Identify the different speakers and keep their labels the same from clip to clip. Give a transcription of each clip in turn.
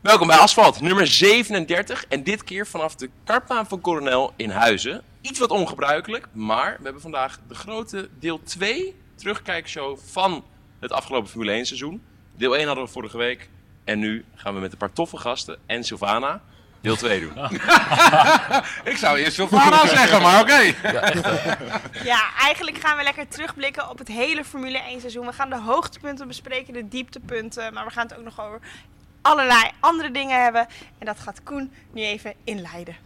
Speaker 1: Welkom bij Asfalt, nummer 37. En dit keer vanaf de kartbaan van Coronel in Huizen. Iets wat ongebruikelijk, maar we hebben vandaag de grote deel 2 terugkijkshow van het afgelopen Formule 1 seizoen. Deel 1 hadden we vorige week. En nu gaan we met een paar toffe gasten en Sylvana deel 2 doen.
Speaker 2: Ik zou eerst Sylvana nou zeggen, maar oké.
Speaker 3: Ja, eigenlijk gaan we lekker terugblikken op het hele Formule 1 seizoen. We gaan de hoogtepunten bespreken, de dieptepunten. Maar we gaan het ook nog over allerlei andere dingen hebben. En dat gaat Koen nu even inleiden.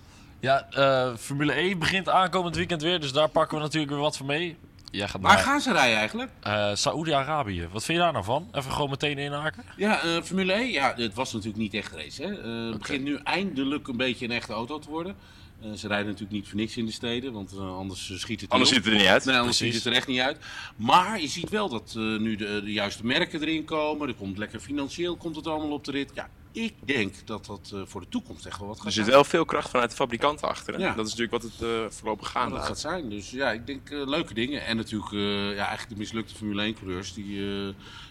Speaker 4: Ja, eh, Formule 1 begint aankomend weekend weer, dus daar pakken we natuurlijk weer wat van mee. Jij gaat
Speaker 2: Waar
Speaker 4: naar
Speaker 2: gaan ze rijden eigenlijk?
Speaker 4: eh Saoedi-Arabië. Wat vind je daar nou van? Even gewoon meteen inhaken.
Speaker 2: Ja, eh, Formule 1, ja, het was natuurlijk niet echt race. Hè. Eh, het begint nu eindelijk een beetje een echte auto te worden. Eh, ze rijden natuurlijk niet voor niks in de steden, want eh, anders eh, schiet het
Speaker 1: Anders
Speaker 2: niet
Speaker 1: ziet
Speaker 2: op.
Speaker 1: het er niet uit.
Speaker 2: Nee, anders
Speaker 4: Precies.
Speaker 2: ziet het er echt niet uit. Maar je ziet wel dat eh, nu de, de juiste merken erin komen. Er komt lekker financieel komt het allemaal op de rit. Ja, ik denk dat dat eh, voor de toekomst echt wel wat
Speaker 1: Er
Speaker 2: gaat
Speaker 1: zit
Speaker 2: zijn.
Speaker 1: wel veel kracht vanuit de fabrikanten achter. hè?
Speaker 2: Ja.
Speaker 1: Dat is natuurlijk wat het eh, voorlopig
Speaker 2: Ja,
Speaker 1: gaande
Speaker 2: dat gaat
Speaker 1: houdt.
Speaker 2: zijn. Dus ja, ik denk eh, leuke dingen. En natuurlijk eh, ja, eigenlijk de mislukte Formule 1-coureurs. Die, eh,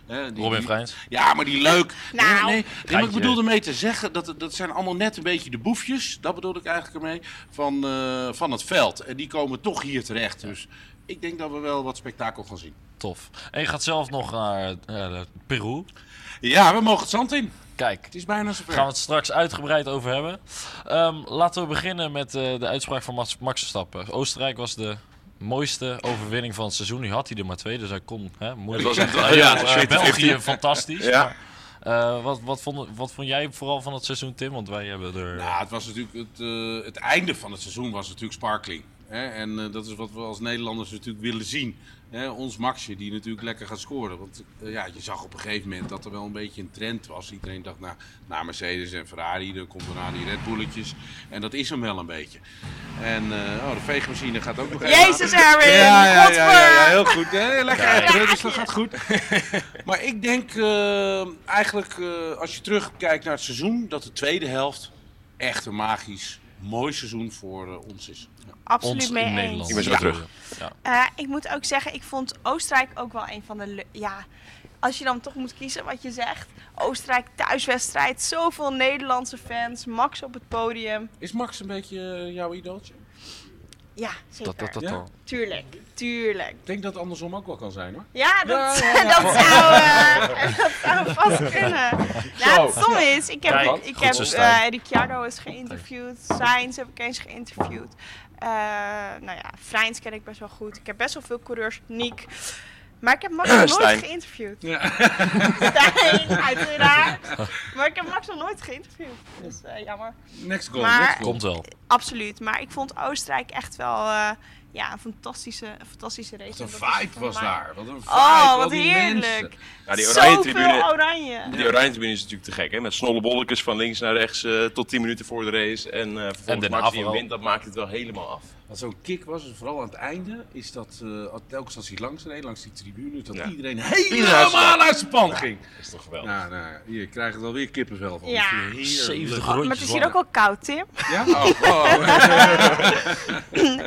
Speaker 2: hè, die,
Speaker 4: Robin
Speaker 2: die-
Speaker 4: Vrijns.
Speaker 2: Ja, maar die leuk.
Speaker 3: Nou.
Speaker 2: nee, nee, nee. maar ik
Speaker 4: Geintje.
Speaker 2: bedoelde mee te zeggen, dat, dat zijn allemaal net een beetje de boefjes. Dat bedoel ik eigenlijk ermee. Van, eh, van het veld. En die komen toch hier terecht. Dus ik denk dat we wel wat spektakel gaan zien.
Speaker 4: Tof. En je gaat zelf nog naar eh, Peru.
Speaker 2: Ja, we mogen het zand in.
Speaker 4: Kijk,
Speaker 2: Het is bijna
Speaker 4: gaan we
Speaker 2: zover.
Speaker 4: het straks uitgebreid over hebben. Ehm, laten we beginnen met eh, de uitspraak van Max, Max Verstappen. Oostenrijk was de mooiste overwinning van het seizoen. Nu had hij er maar twee, dus hij kon hè, moeilijk.
Speaker 1: Het was een-
Speaker 4: Eh,
Speaker 1: ja,
Speaker 4: eh,
Speaker 1: 50-50.
Speaker 4: België, fantastisch.
Speaker 1: Ja.
Speaker 4: Maar, eh, wat, wat, vond, wat vond jij vooral van het seizoen, Tim? Want wij hebben er...
Speaker 2: Nou, het, was natuurlijk het, eh, het einde van het seizoen was natuurlijk sparkling. Hè? En eh, dat is wat we als Nederlanders natuurlijk willen zien. Hè? Ons Maxje, die natuurlijk lekker gaat scoren. Want eh, ja, je zag op een gegeven moment dat er wel een beetje een trend was. Iedereen dacht, nou, na Mercedes en Ferrari, dan komt daarna die Red Bulletjes. En dat is hem wel een beetje. En eh, oh, de veegmachine gaat ook nog even aan.
Speaker 3: Jezus, Erwin!
Speaker 2: Ja, ja, ja, ja, ja,
Speaker 3: Godver!
Speaker 2: heel goed. Hè? Lekker
Speaker 3: Ja,
Speaker 2: etteren,
Speaker 3: ja.
Speaker 2: dus dat gaat goed. Maar ik denk eh, eigenlijk, eh, als je terugkijkt naar het seizoen, dat de tweede helft echt een magisch, mooi seizoen voor eh, ons is. Ja.
Speaker 3: Absoluut
Speaker 4: ons
Speaker 3: mee
Speaker 4: in
Speaker 3: eens.
Speaker 4: Nederland.
Speaker 1: Ik ben zo
Speaker 4: Ja.
Speaker 1: terug.
Speaker 4: Ja.
Speaker 3: Eh, ik moet ook zeggen, ik vond Oostenrijk ook wel een van de. le- Ja, als je dan toch moet kiezen wat je zegt. Oostenrijk thuiswedstrijd, zoveel Nederlandse fans, Max op het podium.
Speaker 2: Is Max een beetje eh, jouw idooltje?
Speaker 3: Ja, zeker.
Speaker 4: Dat, dat, dat,
Speaker 2: Ja.
Speaker 4: dan.
Speaker 3: Tuurlijk, tuurlijk.
Speaker 2: Ik denk dat het andersom ook wel kan zijn hoor.
Speaker 3: Ja, dat,
Speaker 2: Ja, ja, ja.
Speaker 3: dat zou, eh, dat zou vast kunnen. Nou, het stomme is, ik heb,
Speaker 4: Kijk,
Speaker 3: ik
Speaker 4: goed
Speaker 3: heb
Speaker 4: zo, Stijn.
Speaker 3: eh, Ricciardo eens geïnterviewd, Sainz heb ik eens geïnterviewd. Eh, nou ja, Vrijns ken ik best wel goed. Ik heb best wel veel coureurs, Niek. Maar ik heb Max nog
Speaker 1: Stijn.
Speaker 3: nooit geïnterviewd. Stijn, uiteraard. Maar ik heb Max nog nooit geïnterviewd. Dus eh, jammer.
Speaker 2: Next goal,
Speaker 3: Maar-
Speaker 2: next goal.
Speaker 4: Komt wel.
Speaker 3: Absoluut. Maar ik vond Oostenrijk echt wel eh, ja, een fantastische, een fantastische race.
Speaker 2: Wat een
Speaker 3: En dat is
Speaker 2: vibe
Speaker 3: voor
Speaker 2: was
Speaker 3: mij-
Speaker 2: daar. Wat een vibe.
Speaker 3: Oh,
Speaker 2: al
Speaker 3: wat
Speaker 2: die
Speaker 3: heerlijk.
Speaker 2: mensen.
Speaker 1: Ja, die oranje
Speaker 3: Zoveel
Speaker 1: tribune,
Speaker 3: oranje.
Speaker 1: Die oranje tribune is natuurlijk te gek, hè? Met snolle bolletjes van links naar rechts eh, tot 10 minuten voor de race. En eh vervolgens
Speaker 4: daarna
Speaker 1: maakt hij een
Speaker 4: vooral.
Speaker 1: wind, dat maakt het wel helemaal af.
Speaker 2: Wat zo'n kick was, en vooral aan het einde, is dat eh, telkens als hij langs reed, langs die tribune, dat
Speaker 1: Ja.
Speaker 2: iedereen
Speaker 1: uit zijn
Speaker 2: helemaal
Speaker 1: pan.
Speaker 2: uit zijn pan ging.
Speaker 1: Dat is toch
Speaker 4: Oh.
Speaker 1: geweldig.
Speaker 2: Nou, nou, je krijgt er alweer kippenvel van.
Speaker 3: Ja.
Speaker 2: Ik vind het heerlijk.
Speaker 4: 70
Speaker 3: Oh, maar het
Speaker 4: rondjes
Speaker 3: is hier ook wel koud, Tim.
Speaker 2: Ja? Oh, oh, dat
Speaker 3: Nou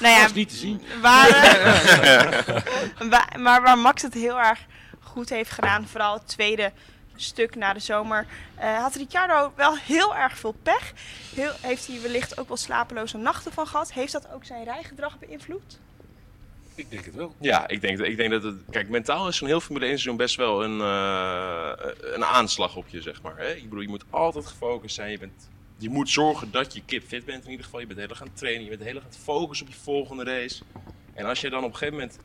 Speaker 3: ja,
Speaker 2: is niet te zien.
Speaker 3: waar, eh, waar- maar waar Max het heel erg goed heeft gedaan, vooral het tweede stuk na de zomer, eh, had Ricciardo wel heel erg veel pech. Heel, heeft hij wellicht ook wel slapeloze nachten van gehad. Heeft dat ook zijn rijgedrag beïnvloed?
Speaker 2: Ik denk het wel.
Speaker 1: Ja, ik denk, ik denk dat het... Kijk, mentaal is zo'n heel Formule 1 seizoen best wel een, eh, een aanslag op je, zeg maar. Hè? Ik bedoel, je moet altijd gefocust zijn. Je, bent, je moet zorgen dat je kip fit bent in ieder geval. Je bent heel erg aan het trainen. Je bent heel erg aan het focussen op je volgende race. En als je dan op een gegeven moment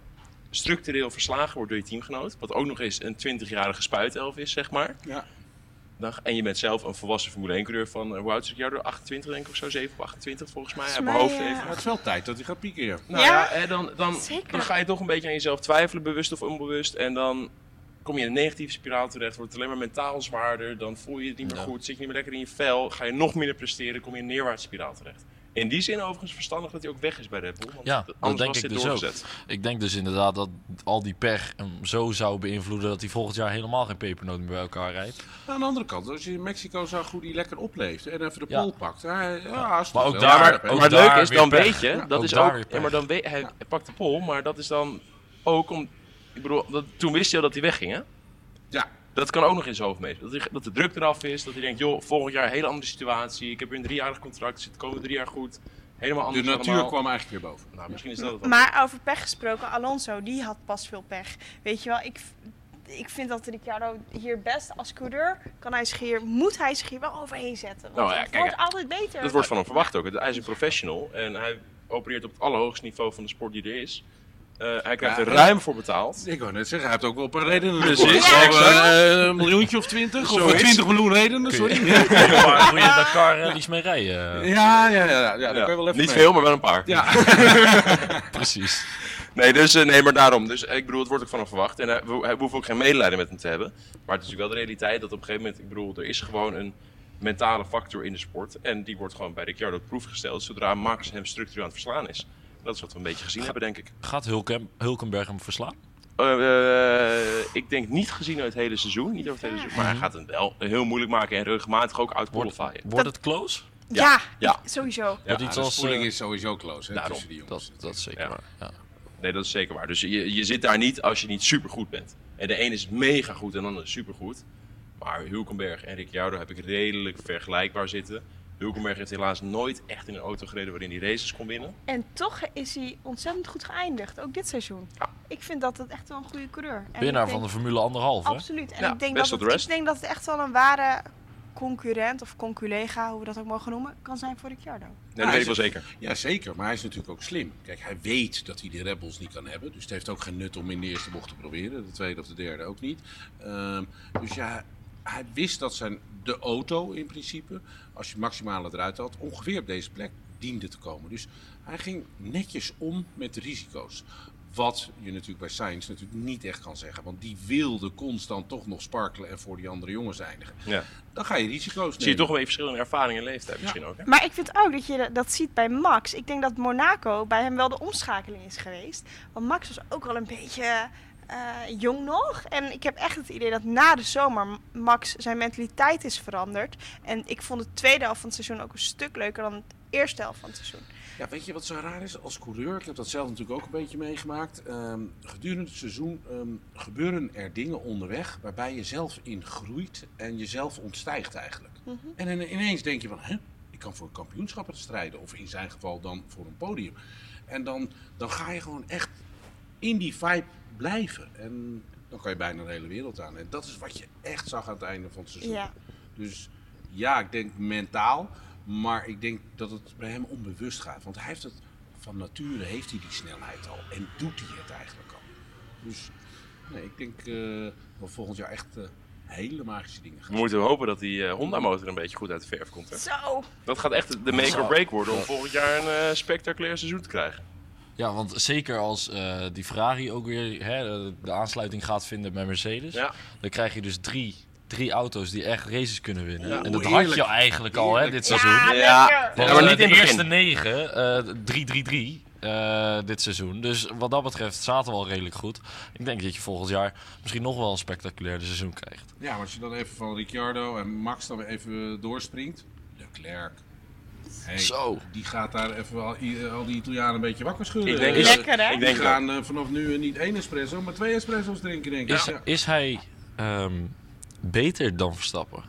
Speaker 1: structureel verslagen wordt door je teamgenoot... wat ook nog eens een 20-jarige spuitelf is, zeg maar...
Speaker 2: Ja.
Speaker 1: Dag. En je bent zelf een volwassen Formule 1 coureur van uh, Wout Jarder, 28 denk ik of zo, 7 of 28 volgens mij, uit
Speaker 3: Volgens
Speaker 1: mijn
Speaker 3: mij,
Speaker 1: hoofd
Speaker 3: eh,
Speaker 1: even.
Speaker 2: Maar het is wel tijd dat hij gaat pieken, ja.
Speaker 1: Nou
Speaker 3: Ja?
Speaker 1: ja, hè, dan, dan,
Speaker 3: Zeker.
Speaker 1: dan ga je toch een beetje aan jezelf twijfelen, bewust of onbewust. En dan kom je in een negatieve spiraal terecht, wordt het alleen maar mentaal zwaarder, dan voel je het niet meer
Speaker 4: Ja.
Speaker 1: goed, zit je niet meer lekker in je vel, ga je nog minder presteren, kom je in een neerwaartse spiraal terecht. In die zin overigens verstandig dat hij ook weg is bij Red Bull, want
Speaker 4: Ja,
Speaker 1: dat-
Speaker 4: dat
Speaker 1: anders
Speaker 4: denk
Speaker 1: was
Speaker 4: ik
Speaker 1: dit
Speaker 4: dus ook.
Speaker 1: doorgezet.
Speaker 4: Ik denk dus inderdaad dat al die pech hem zo zou beïnvloeden dat hij volgend jaar helemaal geen pepernoot meer bij elkaar rijdt.
Speaker 2: Aan de andere kant, als je in Mexico zag hoe hij lekker opleeft en even de
Speaker 4: Ja.
Speaker 2: pol pakt. Ja, ja, is
Speaker 4: Maar
Speaker 2: toch
Speaker 4: ook
Speaker 2: wel
Speaker 4: daar-
Speaker 2: scherp, hè?
Speaker 1: Maar
Speaker 4: ook
Speaker 1: het leuke
Speaker 4: daar
Speaker 1: is,
Speaker 4: weer
Speaker 1: dan
Speaker 4: pech.
Speaker 1: weet je,
Speaker 4: Ja,
Speaker 1: dat
Speaker 4: ook
Speaker 1: is
Speaker 4: daar
Speaker 1: ook,
Speaker 4: weer
Speaker 1: ja,
Speaker 4: pech.
Speaker 1: maar dan weet, hij pakt de pol, maar dat is dan ook om, ik bedoel, dat, toen wist hij al dat hij wegging hè?
Speaker 2: Ja,
Speaker 1: Dat kan ook nog in zijn hoofd mee. Dat, hij- dat de druk eraf is. Dat hij denkt, joh, volgend jaar een hele andere situatie. Ik heb weer een driejarig contract. Zit de komende drie jaar goed. Helemaal
Speaker 2: De
Speaker 1: anders
Speaker 2: natuur
Speaker 1: allemaal.
Speaker 2: kwam eigenlijk weer boven.
Speaker 1: Nou, misschien is dat het wel.
Speaker 3: Maar over pech gesproken, Alonso, die had pas veel pech. Weet je wel, ik, ik vind dat Ricciardo hier best als coureur, kan hij zich hier, moet hij zich hier wel overheen zetten. Want
Speaker 1: Nou ja,
Speaker 3: het
Speaker 1: kijk,
Speaker 3: wordt altijd beter.
Speaker 1: Dat wordt van hem verwacht ook. Hij is een professional en hij opereert op het allerhoogste niveau van de sport die er is. Eh, hij krijgt
Speaker 2: Ja,
Speaker 1: er
Speaker 2: en-
Speaker 1: ruim voor betaald.
Speaker 2: Ik wou net zeggen, hij heeft ook wel een paar redenen.
Speaker 1: Precies,
Speaker 2: Al,
Speaker 1: exact.
Speaker 2: eh, een miljoentje of twintig? Of
Speaker 1: Zoiets.
Speaker 2: twintig miljoen redenen, sorry. Ja,
Speaker 4: Waar moet je Dakar eh, iets mee rijden? eh,
Speaker 2: ja, ja. ja, ja, daar
Speaker 1: Ja,
Speaker 2: kan je wel even
Speaker 1: Niet
Speaker 2: mee.
Speaker 1: veel, maar wel een paar.
Speaker 2: Ja.
Speaker 4: Precies.
Speaker 1: Nee, dus, eh, nee, maar daarom. Dus, eh, ik bedoel, het wordt ook van hem verwacht. En hij, we, hij- we hoeven ook geen medelijden met hem te hebben. Maar het is natuurlijk wel de realiteit dat op een gegeven moment... Ik bedoel, er is gewoon een mentale factor in de sport. En die wordt gewoon bij Ricciardo op proef gesteld... zodra Max hem structureel aan het verslaan is. Dat is wat we een beetje gezien hebben, denk ik.
Speaker 4: Gaat Hulken, Hulkenberg hem verslaan?
Speaker 1: Eh, eh, ik denk niet gezien uit het hele seizoen. Niet over het hele seizoen. Maar hij gaat het wel heel moeilijk maken en regelmatig ook
Speaker 4: Wordt,
Speaker 1: outqualifyen.
Speaker 4: wordt het close?
Speaker 3: ja,
Speaker 1: Ja, ja.
Speaker 3: ik- sowieso.
Speaker 2: Ja,
Speaker 4: iets
Speaker 2: de
Speaker 4: als,
Speaker 2: spoeling
Speaker 4: eh,
Speaker 2: is sowieso close hè,
Speaker 1: daarom.
Speaker 2: tussen die jongens.
Speaker 4: Dat, dat is zeker
Speaker 1: Ja.
Speaker 4: waar. Ja.
Speaker 1: Nee, dat is zeker waar. Dus je, je zit daar niet als je niet supergoed bent. En de een is mega goed en de ander is supergoed. Maar Hulkenberg en Ricciardo heb ik redelijk vergelijkbaar zitten. Hulkenberg heeft helaas nooit echt in een auto gereden waarin hij races kon winnen.
Speaker 3: En toch is hij ontzettend goed geëindigd, ook dit seizoen. Ik vind dat het echt wel een goede coureur. En
Speaker 4: Winnaar
Speaker 3: ik denk- Oh,
Speaker 4: van de Formule 1,5 hè?
Speaker 3: Absoluut. En
Speaker 1: Ja,
Speaker 3: ik, denk
Speaker 1: best
Speaker 3: dat
Speaker 1: wel
Speaker 3: het,
Speaker 1: de rest.
Speaker 3: ik denk dat het echt wel een ware concurrent of conculega, hoe we dat ook mogen noemen, kan zijn voor Ricciardo.
Speaker 1: Nee, dat weet ik wel zeker.
Speaker 2: Ja, zeker. Maar hij is natuurlijk ook slim. Kijk, hij weet dat hij de Rebels niet kan hebben. Dus het heeft ook geen nut om in de eerste bocht te proberen. De tweede of de derde ook niet. Ehm, dus ja, hij wist dat zijn de auto in principe, als je het maximale eruit had, ongeveer op deze plek diende te komen. Dus hij ging netjes om met de risico's. Wat je natuurlijk bij Sainz natuurlijk niet echt kan zeggen. Want die wilde constant toch nog sparkelen en voor die andere jongens eindigen.
Speaker 1: Ja.
Speaker 2: Dan ga je risico's nemen.
Speaker 1: Zie je toch wel even verschillende ervaring en leeftijd misschien ook. Hè?
Speaker 3: Maar ik vind ook dat je dat ziet bij Max. Ik denk dat Monaco bij hem wel de omschakeling is geweest. Want Max was ook wel een beetje eh, jong nog. En ik heb echt het idee dat na de zomer Max zijn mentaliteit is veranderd. En ik vond de tweede helft van het seizoen ook een stuk leuker dan het eerste helft van het seizoen.
Speaker 2: Ja, weet je wat zo raar is? Als coureur, ik heb dat zelf natuurlijk ook een beetje meegemaakt. ehm, gedurende het seizoen ehm, gebeuren er dingen onderweg waarbij je zelf in groeit en jezelf ontstijgt eigenlijk. En in- ineens denk je van, hè, ik kan voor kampioenschappen strijden. Of in zijn geval dan voor een podium. En dan, dan ga je gewoon echt in die vibe blijven. En dan kan je bijna de hele wereld aan. En dat is wat je echt zag aan het einde van het seizoen.
Speaker 3: Ja.
Speaker 2: Dus ja, ik denk mentaal. Maar ik denk dat het bij hem onbewust gaat. Want hij heeft het van nature, heeft hij die snelheid al. En doet hij het eigenlijk al. Dus nee, ik denk eh dat we volgend jaar echt eh, hele magische dingen
Speaker 1: We
Speaker 2: gaan
Speaker 1: moeten hopen dat die eh, Honda-motor een beetje goed uit de verf komt. Hè?
Speaker 3: Zo,
Speaker 1: Dat gaat echt de make or break worden om volgend jaar een eh, spectaculair seizoen te krijgen.
Speaker 4: Ja, want zeker als eh, die Ferrari ook weer hè, de aansluiting gaat vinden met Mercedes,
Speaker 1: Ja.
Speaker 4: dan krijg je dus drie, drie auto's die echt races kunnen winnen.
Speaker 2: Ja,
Speaker 4: en dat
Speaker 2: heerlijk.
Speaker 4: had je eigenlijk al hè, dit
Speaker 2: Heerlijk.
Speaker 4: seizoen.
Speaker 3: Ja,
Speaker 1: Ja.
Speaker 3: lekker!
Speaker 1: Ja,
Speaker 4: Want,
Speaker 1: maar
Speaker 4: eh,
Speaker 1: niet in
Speaker 4: de
Speaker 1: het begin.
Speaker 4: eerste negen, eh, 3-3-3 eh, dit seizoen. Dus wat dat betreft zaten we al redelijk goed. Ik denk dat je volgend jaar misschien nog wel een spectaculair seizoen krijgt.
Speaker 2: Ja, maar als je dan even van Ricciardo en Max dan weer even eh, doorspringt. Leclerc. Hey,
Speaker 4: Zo.
Speaker 2: Die gaat daar even al, i- eh, al die Italianen een beetje wakker schudden.
Speaker 1: Ik denk,
Speaker 2: Eh,
Speaker 3: Lekker, hè?
Speaker 1: Ik
Speaker 2: Die
Speaker 1: denk dat.
Speaker 2: gaan eh, vanaf nu eh, niet één espresso, maar twee espresso's drinken, denk ik.
Speaker 4: Is,
Speaker 2: Ja.
Speaker 4: is hij ehm, beter dan Verstappen?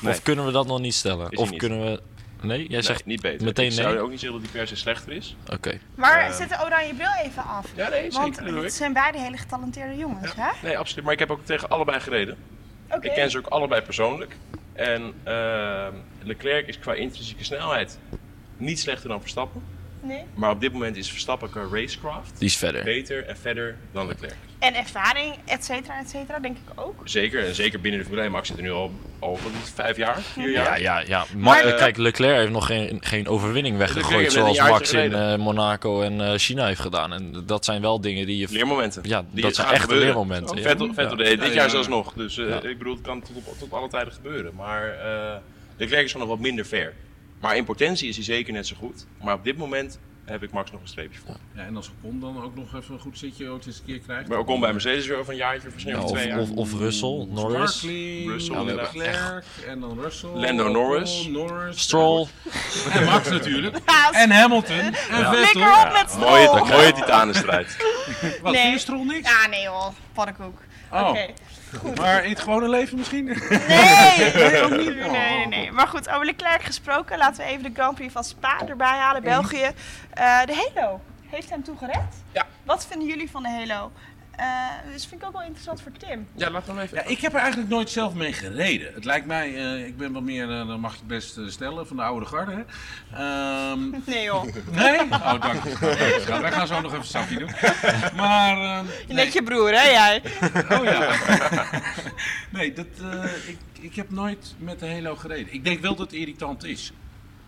Speaker 1: Nee.
Speaker 4: Of kunnen we dat nog niet stellen?
Speaker 1: hij
Speaker 4: of
Speaker 1: niet.
Speaker 4: kunnen we... Nee, jij
Speaker 1: Nee,
Speaker 4: zegt
Speaker 1: niet beter.
Speaker 4: meteen
Speaker 1: ik zou
Speaker 4: nee?
Speaker 1: ook niet zeggen dat die per se slechter is.
Speaker 4: Oké.
Speaker 3: Maar
Speaker 1: Eh,
Speaker 3: zet de oranje bril even af.
Speaker 1: Ja, nee,
Speaker 3: Want
Speaker 1: zeker. dat doe ik.
Speaker 3: het zijn beide hele getalenteerde jongens, hè?
Speaker 1: Nee, absoluut. Maar ik heb ook tegen allebei gereden.
Speaker 3: Oké.
Speaker 1: Ik ken ze ook allebei persoonlijk. En ehm, Leclerc is qua intrinsieke snelheid niet slechter dan Verstappen.
Speaker 3: Nee.
Speaker 1: Maar op dit moment is Verstappen qua racecraft
Speaker 4: Die is verder.
Speaker 1: beter en verder dan Leclerc.
Speaker 3: En ervaring, et cetera, et cetera, denk ik ook.
Speaker 1: Zeker, en zeker binnen de Formule 1. Max zit er nu al, al wat is het, vijf jaar, vier jaar.
Speaker 4: Ja, ja, ja. Maar
Speaker 1: eh,
Speaker 4: kijk, Leclerc heeft nog geen, geen overwinning weggegooid
Speaker 1: heeft net een
Speaker 4: zoals
Speaker 1: jaartje
Speaker 4: Max in eh, Monaco en eh, China heeft gedaan. En dat zijn wel dingen die je...
Speaker 1: Leermomenten.
Speaker 4: Ja,
Speaker 1: Die
Speaker 4: dat zijn
Speaker 1: gaan
Speaker 4: echte
Speaker 1: gebeuren. Oh,
Speaker 4: leermomenten. ja.
Speaker 1: Vettel, Vettel deed het dit
Speaker 2: Ja,
Speaker 1: jaar
Speaker 2: ja.
Speaker 1: zelfs nog. Dus eh,
Speaker 4: Ja.
Speaker 1: ik bedoel, het kan tot, op- tot alle tijden gebeuren. Maar eh Leclerc is gewoon nog wat minder ver. Maar in potentie is hij zeker net zo goed. Maar op dit moment heb ik Max nog een streepje voor.
Speaker 2: Ja, en als Ocon dan ook nog even een goed zitje ooit eens een keer krijgt.
Speaker 1: Maar ook om bij Mercedes weer over een jaartje of misschien
Speaker 4: Ja,
Speaker 1: over
Speaker 4: of,
Speaker 1: twee jaar.
Speaker 4: of, of Russell, Norris,
Speaker 2: Barkley,
Speaker 1: Russell,
Speaker 2: ja,
Speaker 1: inderdaad.
Speaker 2: Leclerc en dan Russell.
Speaker 1: Lando
Speaker 2: Ocon,
Speaker 1: Norris.
Speaker 2: Norris.
Speaker 4: Stroll.
Speaker 2: En Max natuurlijk.
Speaker 3: Ja,
Speaker 2: En Hamilton. En Vettel.
Speaker 3: Flikker op met Stroll!
Speaker 1: mooie, mooie titanenstrijd.
Speaker 2: Wat,
Speaker 3: Nee.
Speaker 2: vind je Stroll niks?
Speaker 3: Ja, nee joh, pannenkoek.
Speaker 2: Oh.
Speaker 3: Oké.
Speaker 2: Maar in het gewone leven misschien?
Speaker 3: Nee, nee,
Speaker 2: ook
Speaker 3: nee,
Speaker 2: niet.
Speaker 3: nee, nee. Maar goed, over Leclerc gesproken. Laten we even de Grand Prix van Spa erbij halen. België. Eh, de Halo heeft hem toegered.
Speaker 1: Ja.
Speaker 3: Wat vinden jullie van de Halo? Eh, dus vind ik ook wel interessant voor Tim.
Speaker 1: Ja, laat hem even.
Speaker 2: Ja, ik heb er eigenlijk nooit zelf mee gereden. Het lijkt mij, eh, ik ben wat meer, eh, dat mag je best eh, stellen, van de oude garde. Hè? Ehm,
Speaker 3: Nee joh,
Speaker 2: nee? Oh, dank je. schat. Wij gaan zo nog even een sapje doen. Maar, ehm, nee.
Speaker 3: net je broer hè jij.
Speaker 2: Oh ja. nee, dat, eh, ik, ik heb nooit met de Halo gereden. Ik denk wel dat het irritant is.